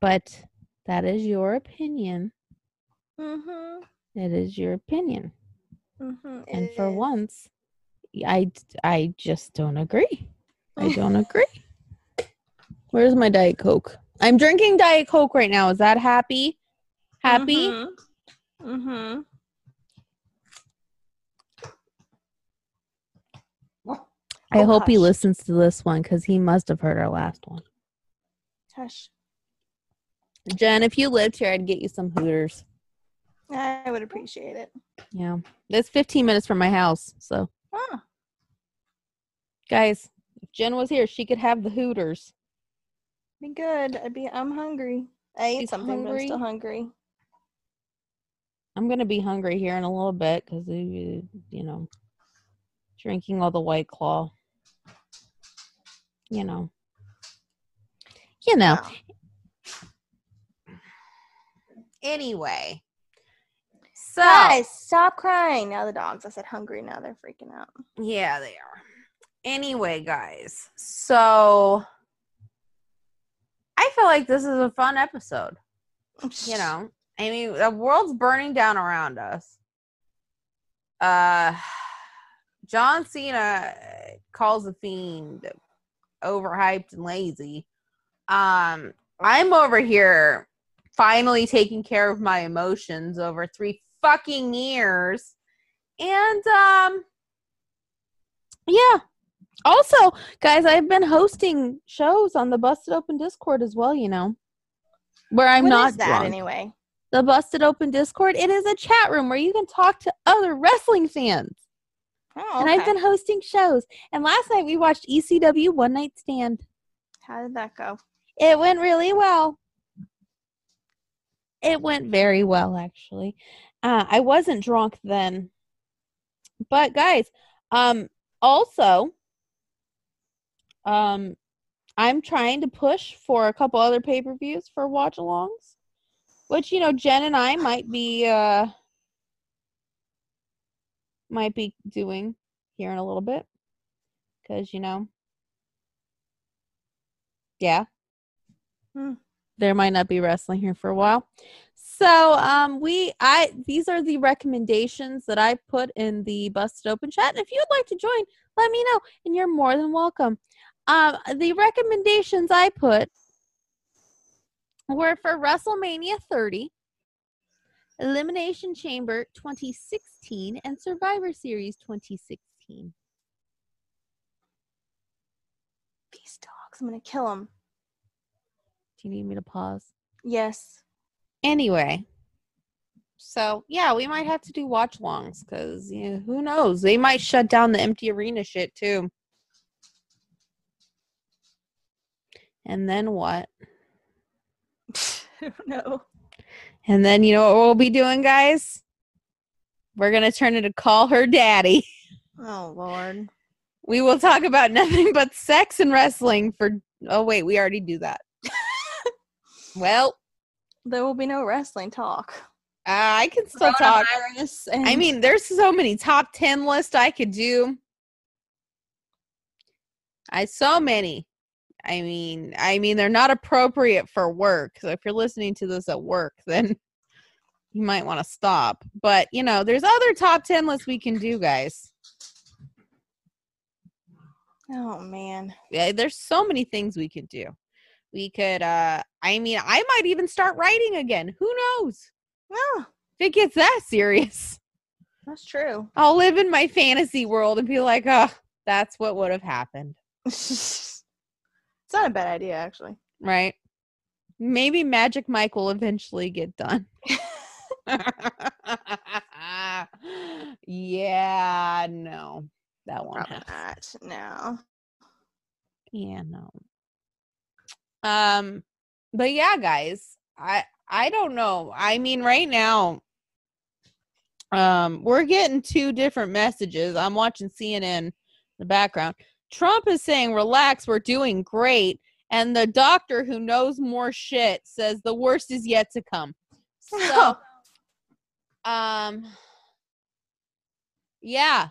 Speaker 1: But that is your opinion.
Speaker 2: Mhm.
Speaker 1: It is your opinion.
Speaker 2: Mhm.
Speaker 1: and
Speaker 2: it
Speaker 1: for
Speaker 2: is.
Speaker 1: once i i just don't agree i don't agree where's my diet coke i'm drinking diet coke right now is that happy happy
Speaker 2: Mhm. Mhm.
Speaker 1: i
Speaker 2: Oh,
Speaker 1: hope he
Speaker 2: hush.
Speaker 1: listens to this one because he must have heard our last one
Speaker 2: Hush.
Speaker 1: jen if you lived here i'd get you some hooters
Speaker 2: I would appreciate it.
Speaker 1: yeah that's 15 minutes from my house so
Speaker 2: Huh.
Speaker 1: guys if jen was here she could have the hooters
Speaker 2: Be good. I'd be. I'm hungry. I ate
Speaker 1: She's
Speaker 2: something, but I'm still hungry.
Speaker 1: i'm gonna be hungry here in a little bit because you know drinking all the white claw you know you know
Speaker 2: Wow.
Speaker 1: anyway So
Speaker 2: Guys, stop crying. Now the dogs. I said hungry. Now they're freaking out.
Speaker 1: yeah, they are. Anyway, guys, so I feel like this is a fun episode. You know, I mean, the world's burning down around us. Uh, John Cena calls the fiend overhyped and lazy. Um, I'm over here finally taking care of my emotions over three fucking years. And um yeah. Also, guys, I've been hosting shows on the Busted Open Discord as well, you know. Where I'm
Speaker 2: What
Speaker 1: not
Speaker 2: is that
Speaker 1: drunk.
Speaker 2: anyway.
Speaker 1: The Busted Open Discord, it is a chat room where you can talk to other wrestling fans.
Speaker 2: Oh,
Speaker 1: And I've
Speaker 2: okay.
Speaker 1: been hosting shows. And last night we watched ECW One Night Stand.
Speaker 2: How did that go?
Speaker 1: It went really well. It went very well, actually. Uh, I wasn't drunk then. But guys, um, also, um, I'm trying to push for a couple other pay per views for watch alongs, which you know Jen and I might be uh, might be doing here in a little bit, because you know, yeah there might not be wrestling here for a while. So um we I these are the recommendations that I put in the busted open chat. And if you'd like to join, let me know. And you're more than welcome. Um the recommendations I put were for WrestleMania 30, Elimination Chamber 2016, and Survivor Series 2016.
Speaker 2: These dogs. I'm gonna kill them.
Speaker 1: Do you need me to pause?
Speaker 2: Yes.
Speaker 1: anyway so yeah we might have to do watch longs because you know, who knows they might shut down the empty arena shit too and then what
Speaker 2: I don't know.
Speaker 1: and then you know what we'll be doing guys we're gonna turn into call her daddy
Speaker 2: Oh Lord.
Speaker 1: we will talk about nothing but sex and wrestling for oh wait we already do that well
Speaker 2: There will be no wrestling talk.
Speaker 1: i can still talk
Speaker 2: Coronavirus and-
Speaker 1: I mean, there's so many top 10 lists I could do. I so many. I mean, I mean they're not appropriate for work. So if you're listening to this at work, then you might want to stop. But, you know, there's other top 10 lists we can do, guys.
Speaker 2: Oh man.
Speaker 1: Yeah, there's so many things we could do. We could uh I mean, I might even start writing again. Who knows?
Speaker 2: No,
Speaker 1: If it gets that serious.
Speaker 2: Ah, that's true.
Speaker 1: I'll live in my fantasy world and be like, oh, that's what would have happened,
Speaker 2: it's not a bad idea actually.
Speaker 1: right? Maybe Magic Mike will eventually get done. yeah, no, that won't
Speaker 2: Probably
Speaker 1: happen.
Speaker 2: not. No.
Speaker 1: Yeah, no. Um, but yeah, guys, I I don't know. I mean, right now, um, we're getting two different messages. I'm watching CNN in the background. Trump is saying, "Relax, we're doing great," and the doctor who knows more shit says the worst is yet to come. So, um, yeah,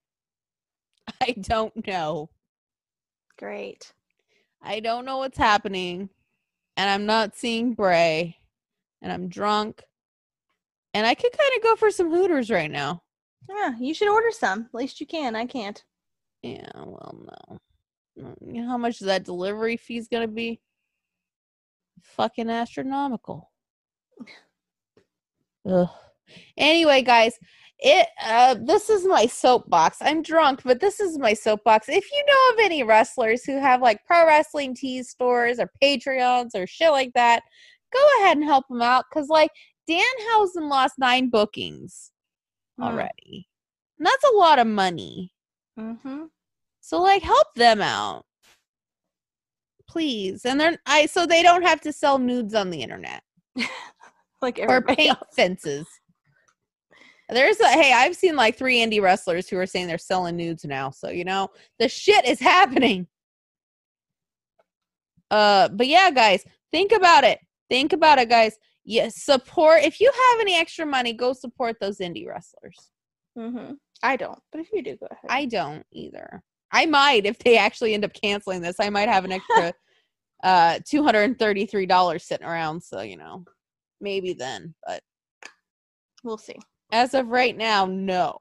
Speaker 1: I don't know.
Speaker 2: Great.
Speaker 1: I don't know what's happening, and I'm not seeing Bray, and I'm drunk, and I could kind of go for some Hooters right now.
Speaker 2: Yeah, you should order some. At least you can. I can't.
Speaker 1: Yeah, well, no. Mm, You know how much that delivery fee's gonna be? Fucking astronomical. Ugh. Anyway, guys, it uh this is my soapbox. I'm drunk, but this is my soapbox. If you know of any wrestlers who have like pro wrestling tees stores or Patreons or shit like that, go ahead and help them out. Cause like Dan Housen lost nine bookings
Speaker 2: Mm.
Speaker 1: already. And that's a lot of money.
Speaker 2: Mm-hmm.
Speaker 1: So like help them out. Please. And they're I so they don't have to sell nudes on the internet
Speaker 2: Like
Speaker 1: or
Speaker 2: everybody.
Speaker 1: paint
Speaker 2: else.
Speaker 1: fences. There's a hey, I've seen like three indie wrestlers who are saying they're selling nudes now. So you know, the shit is happening. Uh but yeah, guys, think about it. Think about it, guys. Yes, support. If you have any extra money, go support those indie wrestlers.
Speaker 2: Mm-hmm. I don't, but if you do, go ahead.
Speaker 1: I don't either. I might if they actually end up canceling this. I might have an extra uh $233 sitting around, so you know. Maybe then, but
Speaker 2: we'll see.
Speaker 1: as of right now, no.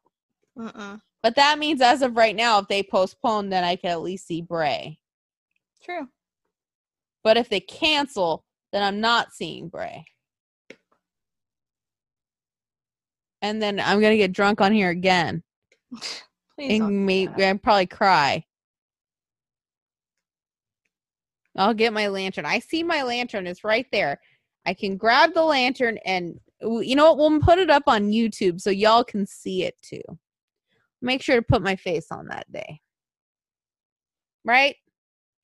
Speaker 2: Mm-mm.
Speaker 1: But that means as of right now if they postpone then I can at least see Bray.
Speaker 2: True.
Speaker 1: But if they cancel, then I'm not seeing Bray. And then I'm going to get drunk on here again.
Speaker 2: Please don't.
Speaker 1: and me
Speaker 2: that.
Speaker 1: I'd probably cry. I'll get my lantern. I see my lantern. It's right there. I can grab the lantern and w- you know what? We'll put it up on YouTube so y'all can see it too. Make sure to put my face on that day. Right?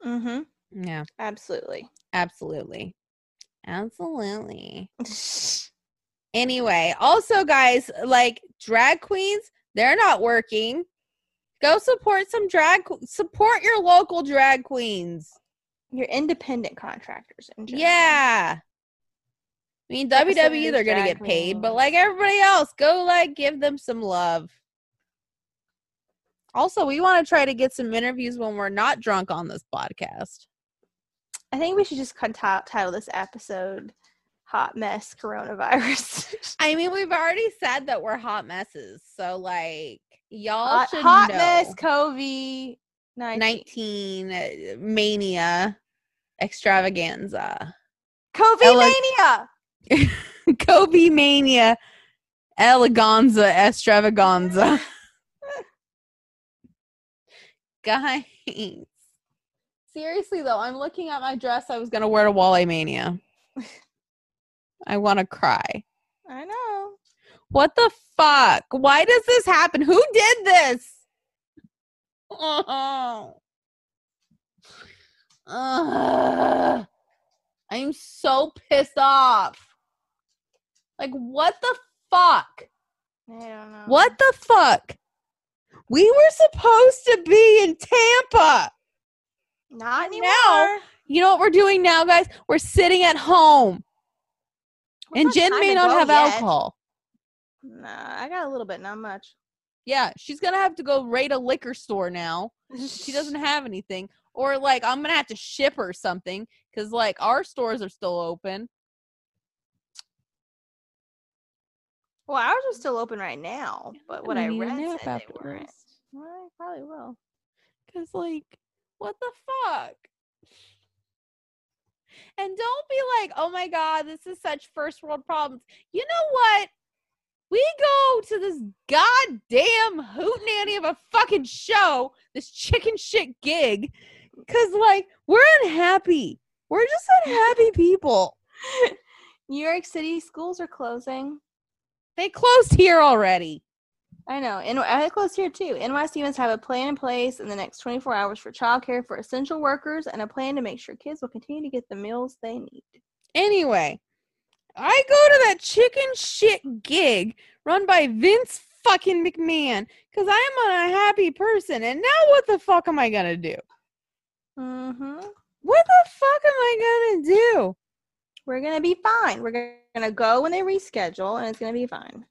Speaker 2: Mm-hmm.
Speaker 1: Yeah,
Speaker 2: Absolutely.
Speaker 1: absolutely. Absolutely. Anyway, also, guys, like drag queens, they're not working. Go support some drag, que- support your local drag queens.
Speaker 2: You're independent contractors. In general.
Speaker 1: Yeah. I mean,
Speaker 2: Like I
Speaker 1: WWE,
Speaker 2: said, these
Speaker 1: they're going to
Speaker 2: drag
Speaker 1: get paid, but
Speaker 2: queens.
Speaker 1: like everybody else, go like give them some love. Also, we want to try to get some interviews when we're not drunk on this podcast.
Speaker 2: I think we should just con- ti- title this episode "Hot Mess Coronavirus."
Speaker 1: I mean, we've already said that we're hot messes. So, like, y'all
Speaker 2: hot
Speaker 1: should
Speaker 2: hot
Speaker 1: know.
Speaker 2: Mess COVID nineteen.
Speaker 1: 19 uh, mania extravaganza
Speaker 2: COVID
Speaker 1: Ella-
Speaker 2: mania.
Speaker 1: kobe mania eleganza extravaganza guys seriously though i'm looking at my dress i was gonna wear to walleye mania i want to cry
Speaker 2: I know.
Speaker 1: what the fuck why does this happen who did this oh Ugh. I'm so pissed off. Like, what the fuck?
Speaker 2: I don't know.
Speaker 1: What the fuck? We were supposed to be in Tampa.
Speaker 2: Not anymore.
Speaker 1: Now, You know what we're doing now, guys? We're sitting at home,
Speaker 2: Well,
Speaker 1: and
Speaker 2: it's
Speaker 1: Jen
Speaker 2: time
Speaker 1: may
Speaker 2: to
Speaker 1: not
Speaker 2: go
Speaker 1: have
Speaker 2: yet.
Speaker 1: alcohol.
Speaker 2: Nah, I got a little bit, not much.
Speaker 1: Yeah, she's gonna have to go raid a liquor store now. She doesn't have anything, or like I'm gonna have to ship her something because like our stores are still open.
Speaker 2: Well, ours are still open right now, but what I
Speaker 1: need a
Speaker 2: read
Speaker 1: nap
Speaker 2: said
Speaker 1: after
Speaker 2: they weren't.
Speaker 1: this.
Speaker 2: Well, I probably will.
Speaker 1: Cause like, what the fuck? And don't be like, oh my god, this is such first world problems. You know what? We go to this goddamn hootenanny of a fucking show, this chicken shit gig, cause like we're unhappy. We're just unhappy people.
Speaker 2: New York City schools are closing.
Speaker 1: They closed here already.
Speaker 2: I know, and I closed here too. NYC must have a plan in place in the next 24 hours for childcare for essential workers and a plan to make sure kids will continue to get the meals they need.
Speaker 1: Anyway, I go to that chicken shit gig run by Vince fucking McMahon because I'm an unhappy person. And now what the fuck am I going to do?
Speaker 2: Mm-hmm.
Speaker 1: What the fuck am I going to do?
Speaker 2: We're gonna be fine. We're gonna go when they reschedule, and it's gonna be fine.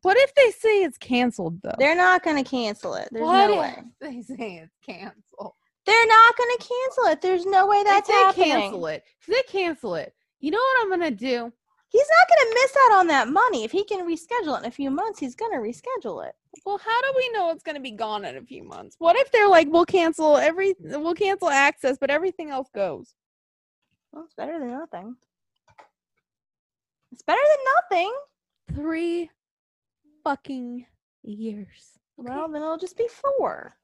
Speaker 1: What if they say it's canceled, though?
Speaker 2: They're not gonna cancel it. There's
Speaker 1: what
Speaker 2: no
Speaker 1: if
Speaker 2: way.
Speaker 1: they say it's canceled?
Speaker 2: They're not gonna cancel it. There's no way
Speaker 1: If
Speaker 2: that's
Speaker 1: they
Speaker 2: happening.
Speaker 1: cancel it. If they cancel it, you know what I'm going to do?
Speaker 2: He's not gonna miss out on that money. If he can reschedule it in a few months, he's gonna reschedule it.
Speaker 1: Well, how do we know it's going to be gone in a few months? What if they're like, we'll cancel every, we'll cancel access, but everything else goes?
Speaker 2: Well, it's better than nothing. It's better than nothing.
Speaker 1: three fucking years.
Speaker 2: Well, then it'll just be four.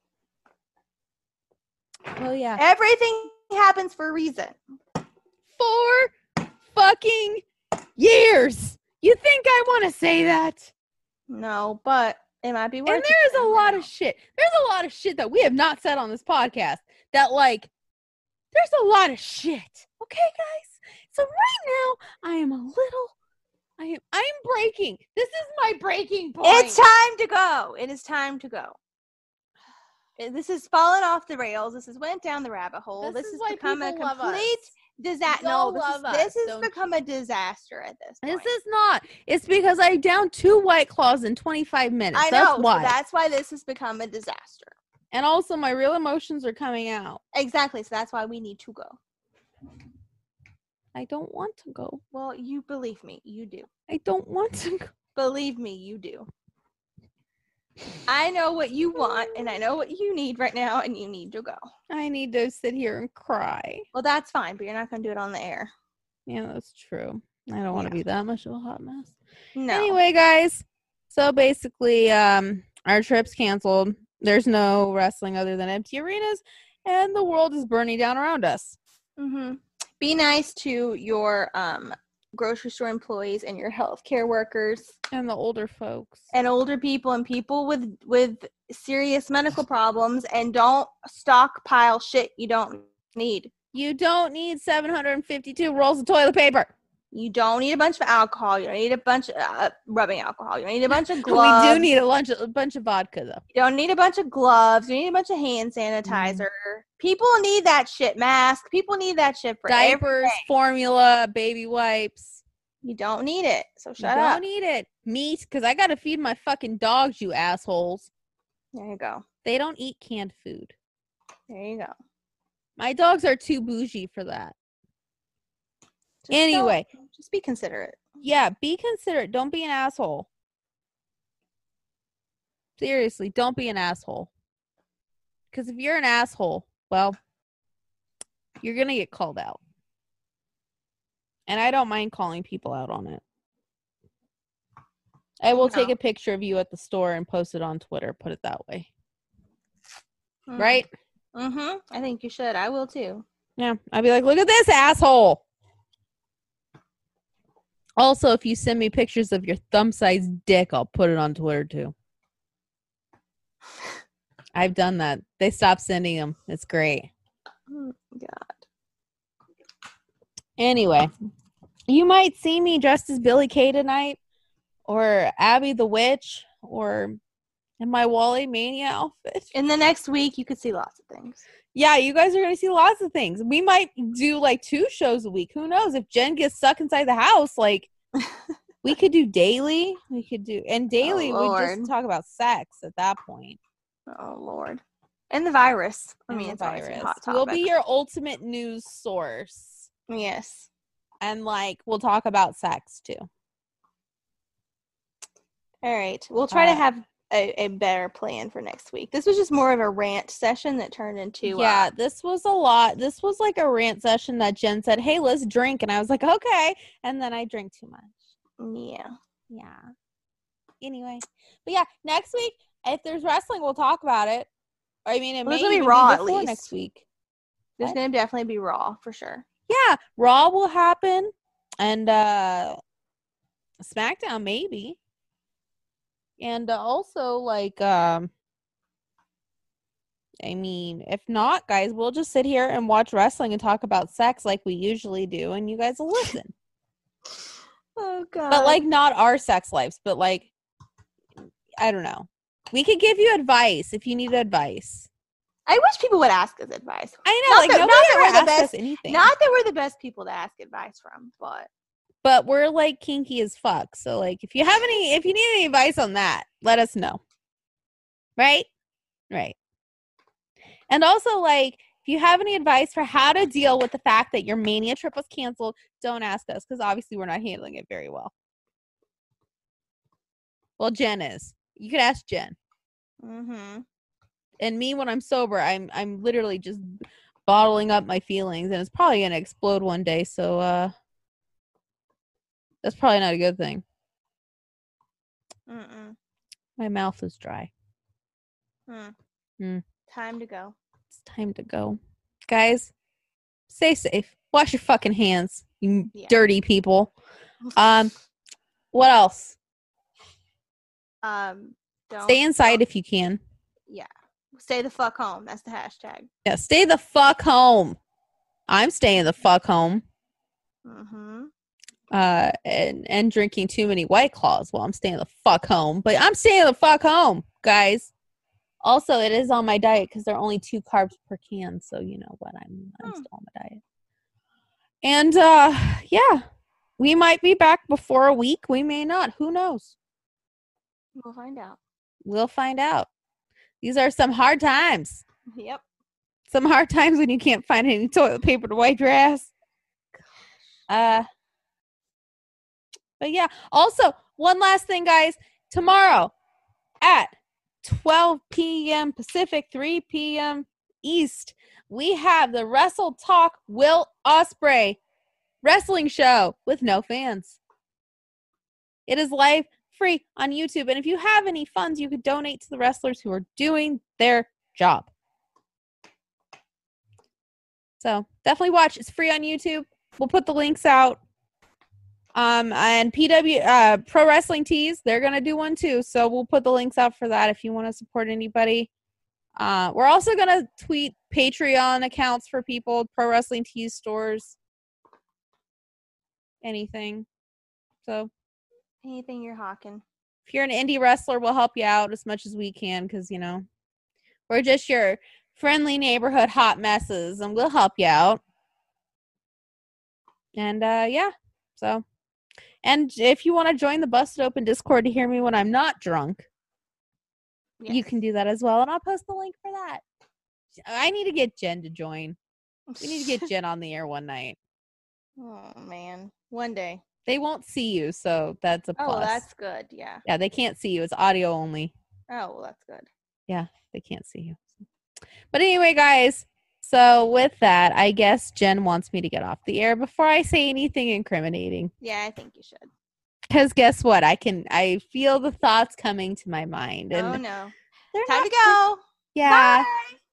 Speaker 1: Well, yeah.
Speaker 2: Everything happens for a reason.
Speaker 1: Four fucking years. You think I want to say that?
Speaker 2: No, but it might be worth.
Speaker 1: and
Speaker 2: it.
Speaker 1: there is
Speaker 2: I
Speaker 1: a
Speaker 2: don't
Speaker 1: lot of
Speaker 2: know.
Speaker 1: shit. There's a lot of shit that we have not said on this podcast that, like, there's a lot of shit. Okay, guys? So right now, I am a little. I am. I'm breaking. This is my breaking point.
Speaker 2: It's time to go. It is time to go. Uh, This has fallen off the rails. This has went down the rabbit hole. This,
Speaker 1: is
Speaker 2: has
Speaker 1: why
Speaker 2: become a
Speaker 1: people love us.
Speaker 2: complete Does that
Speaker 1: Y'all
Speaker 2: no? This,
Speaker 1: love
Speaker 2: is,
Speaker 1: us,
Speaker 2: this has
Speaker 1: don't
Speaker 2: become a disaster at this.
Speaker 1: This
Speaker 2: Point.
Speaker 1: is not. It's because I downed two white claws in 25 minutes.
Speaker 2: I know.
Speaker 1: That's
Speaker 2: so
Speaker 1: why.
Speaker 2: That's why this has become a disaster.
Speaker 1: and also, my real emotions are coming out.
Speaker 2: Exactly. So that's why we need to go.
Speaker 1: I don't want to go.
Speaker 2: Well, you believe me, you do.
Speaker 1: I don't want to go.
Speaker 2: Believe me, you do. I know what you want and I know what you need right now, and you need to go.
Speaker 1: I need to sit here and cry.
Speaker 2: Well, that's fine, but you're not going to do it on the air.
Speaker 1: Yeah, that's true. I don't want to
Speaker 2: Yeah.
Speaker 1: be that much of a hot mess.
Speaker 2: No.
Speaker 1: Anyway, guys. So basically, um, our trip's canceled. There's no wrestling other than empty arenas, and the world is burning down around us.
Speaker 2: hmm Be nice to your um, grocery store employees and your healthcare workers
Speaker 1: And the older folks.
Speaker 2: and older people and people with with serious medical problems, and don't stockpile shit you don't need.
Speaker 1: You don't need 752 rolls of toilet paper.
Speaker 2: You don't need a bunch of alcohol. You don't need a bunch of uh, rubbing alcohol. You don't need a bunch of gloves.
Speaker 1: We do need a, lunch, a bunch of vodka, though.
Speaker 2: You don't need a bunch of gloves. You need a bunch of hand
Speaker 1: Mm-hmm.
Speaker 2: sanitizer. People need that shit. Mask. People need that shit for every-
Speaker 1: Diapers, formula, baby wipes.
Speaker 2: You don't need it. So
Speaker 1: You
Speaker 2: shut
Speaker 1: don't
Speaker 2: up.
Speaker 1: need it. Meat, because I got to feed my fucking dogs, you assholes.
Speaker 2: there you go.
Speaker 1: They don't eat canned food.
Speaker 2: There you go. Just
Speaker 1: My dogs are too bougie for that.
Speaker 2: don't-
Speaker 1: Anyway.
Speaker 2: just be considerate.
Speaker 1: Yeah, be considerate. Don't be an asshole. Seriously, don't be an asshole. Because if you're an asshole, well, you're going to get called out. And I don't mind calling people out on it. I will take
Speaker 2: No.
Speaker 1: a picture of you at the store and post it on Twitter, put it that way.
Speaker 2: Mm.
Speaker 1: Right?
Speaker 2: Mm-hmm. I think you should. I will too.
Speaker 1: Yeah. I'd be like, look at this asshole. Also, if you send me pictures of your thumb sized dick, I'll put it on Twitter too. I've done that. They stopped sending them. It's great.
Speaker 2: Mm,
Speaker 1: Anyway, you might see me dressed as Billy Kay tonight or Abby the Witch or in my Wally Mania outfit.
Speaker 2: In the next week, you could see lots of things.
Speaker 1: Yeah, you guys are going to see lots of things. We might do like two shows a week. Who knows? If Jen gets stuck inside the house, like we could do daily. We could do and daily we
Speaker 2: Oh, Lord.
Speaker 1: just talk about sex at that point.
Speaker 2: Oh Lord. And the virus. I
Speaker 1: and
Speaker 2: mean,
Speaker 1: the
Speaker 2: it's virus. always a hot topic.
Speaker 1: We'll be your ultimate news source,
Speaker 2: yes.
Speaker 1: and like we'll talk about sex too.
Speaker 2: All right. We'll try to
Speaker 1: Uh,
Speaker 2: have a, a better plan for next week. This was just more of a rant session that turned into uh,
Speaker 1: yeah, this was a lot. This was like a rant session that Jen said, "Hey, let's drink," and I was like, "Okay," and then I drank too much.
Speaker 2: Yeah.
Speaker 1: Yeah. Anyway, but yeah, next week if there's wrestling, we'll talk about it. Or, I mean, it
Speaker 2: Well,
Speaker 1: may
Speaker 2: it's gonna be
Speaker 1: even
Speaker 2: Raw
Speaker 1: be
Speaker 2: at
Speaker 1: before
Speaker 2: least.
Speaker 1: next week.
Speaker 2: There's
Speaker 1: What?
Speaker 2: going to definitely be raw for sure.
Speaker 1: Yeah, Raw will happen, and uh SmackDown maybe, and uh, also like um, I mean, if not, guys, we'll just sit here and watch wrestling and talk about sex like we usually do, and you guys will listen.
Speaker 2: Oh god.
Speaker 1: but like not our sex lives, but like I don't know. We could give you advice if you need advice.
Speaker 2: I wish people would ask us advice.
Speaker 1: I
Speaker 2: Not
Speaker 1: know, like
Speaker 2: that- not
Speaker 1: nobody
Speaker 2: that
Speaker 1: ever
Speaker 2: we're the
Speaker 1: asked us
Speaker 2: best-
Speaker 1: anything,
Speaker 2: Not that we're the best people to ask advice from, but
Speaker 1: but we're like kinky as fuck. So like, if you have any, if you need any advice on that, let us know. Right, right. And also, like, if you have any advice for how to deal with the fact that your mania trip was canceled, don't ask us because obviously we're not handling it very well. Well, Jen is. You could ask Jen.
Speaker 2: mm-hmm.
Speaker 1: and me when I'm sober, I'm I'm literally just bottling up my feelings, and it's probably gonna explode one day. So uh, that's probably not a good thing.
Speaker 2: Mm-mm.
Speaker 1: My mouth is dry.
Speaker 2: Mm.
Speaker 1: Mm.
Speaker 2: Time to go.
Speaker 1: It's time to go, guys. Stay safe. Wash your fucking hands, you
Speaker 2: Yeah.
Speaker 1: dirty people. Um, what else?
Speaker 2: Um don't
Speaker 1: Stay inside
Speaker 2: don't-
Speaker 1: if you can.
Speaker 2: stay the fuck home. That's the hashtag.
Speaker 1: Yeah, stay the fuck home. I'm staying the fuck home.
Speaker 2: Mm-hmm.
Speaker 1: uh and and drinking too many white claws while I'm staying the fuck home. But I'm staying the fuck home, guys. Also, it is on my diet because there are only two carbs per can, so you know what I'm I'm
Speaker 2: Hmm.
Speaker 1: still on my diet. And uh yeah, we might be back before a week. We may not. Who knows?
Speaker 2: We'll find out.
Speaker 1: We'll find out. These are some hard times.
Speaker 2: Yep.
Speaker 1: Some hard times when you can't find any toilet paper to wipe your ass. Uh But yeah, also one last thing guys, tomorrow at 12 p.m. Pacific, 3 p.m. East, we have the Wrestle Talk Will Osprey wrestling show with no fans. It is live free on YouTube. And if you have any funds, you could donate to the wrestlers who are doing their job. So definitely watch. It's free on YouTube. We'll put the links out. Um, and PW uh, Pro Wrestling Tees, they're gonna do one too. So we'll put the links out for that if you want to support anybody. Uh, we're also gonna tweet Patreon accounts for people, Pro Wrestling Tees stores, anything. So
Speaker 2: Anything you're hawking.
Speaker 1: if you're an indie wrestler, we'll help you out as much as we can because you know we're just your friendly neighborhood hot messes, and we'll help you out. And uh, yeah, so and if you want to join the Busted Open Discord to hear me when I'm not drunk, you
Speaker 2: Yes.
Speaker 1: can do that as well, and I'll post the link for that. I need to get Jen to join. We need to get Jen on the air one night.
Speaker 2: oh man, one day.
Speaker 1: They won't see you, so that's a
Speaker 2: Oh,
Speaker 1: plus.
Speaker 2: that's good. Yeah.
Speaker 1: yeah, they can't see you. It's audio only.
Speaker 2: Oh, well, that's good.
Speaker 1: they can't see you. But anyway, guys, so with that, I guess Jen wants me to get off the air before I say anything incriminating.
Speaker 2: Yeah, I think you should.
Speaker 1: Because guess what? I can I feel the thoughts coming to my mind. And
Speaker 2: oh no,
Speaker 1: they're
Speaker 2: time
Speaker 1: not-
Speaker 2: to go.
Speaker 1: Yeah.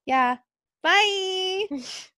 Speaker 1: Yeah. Bye.
Speaker 2: Bye.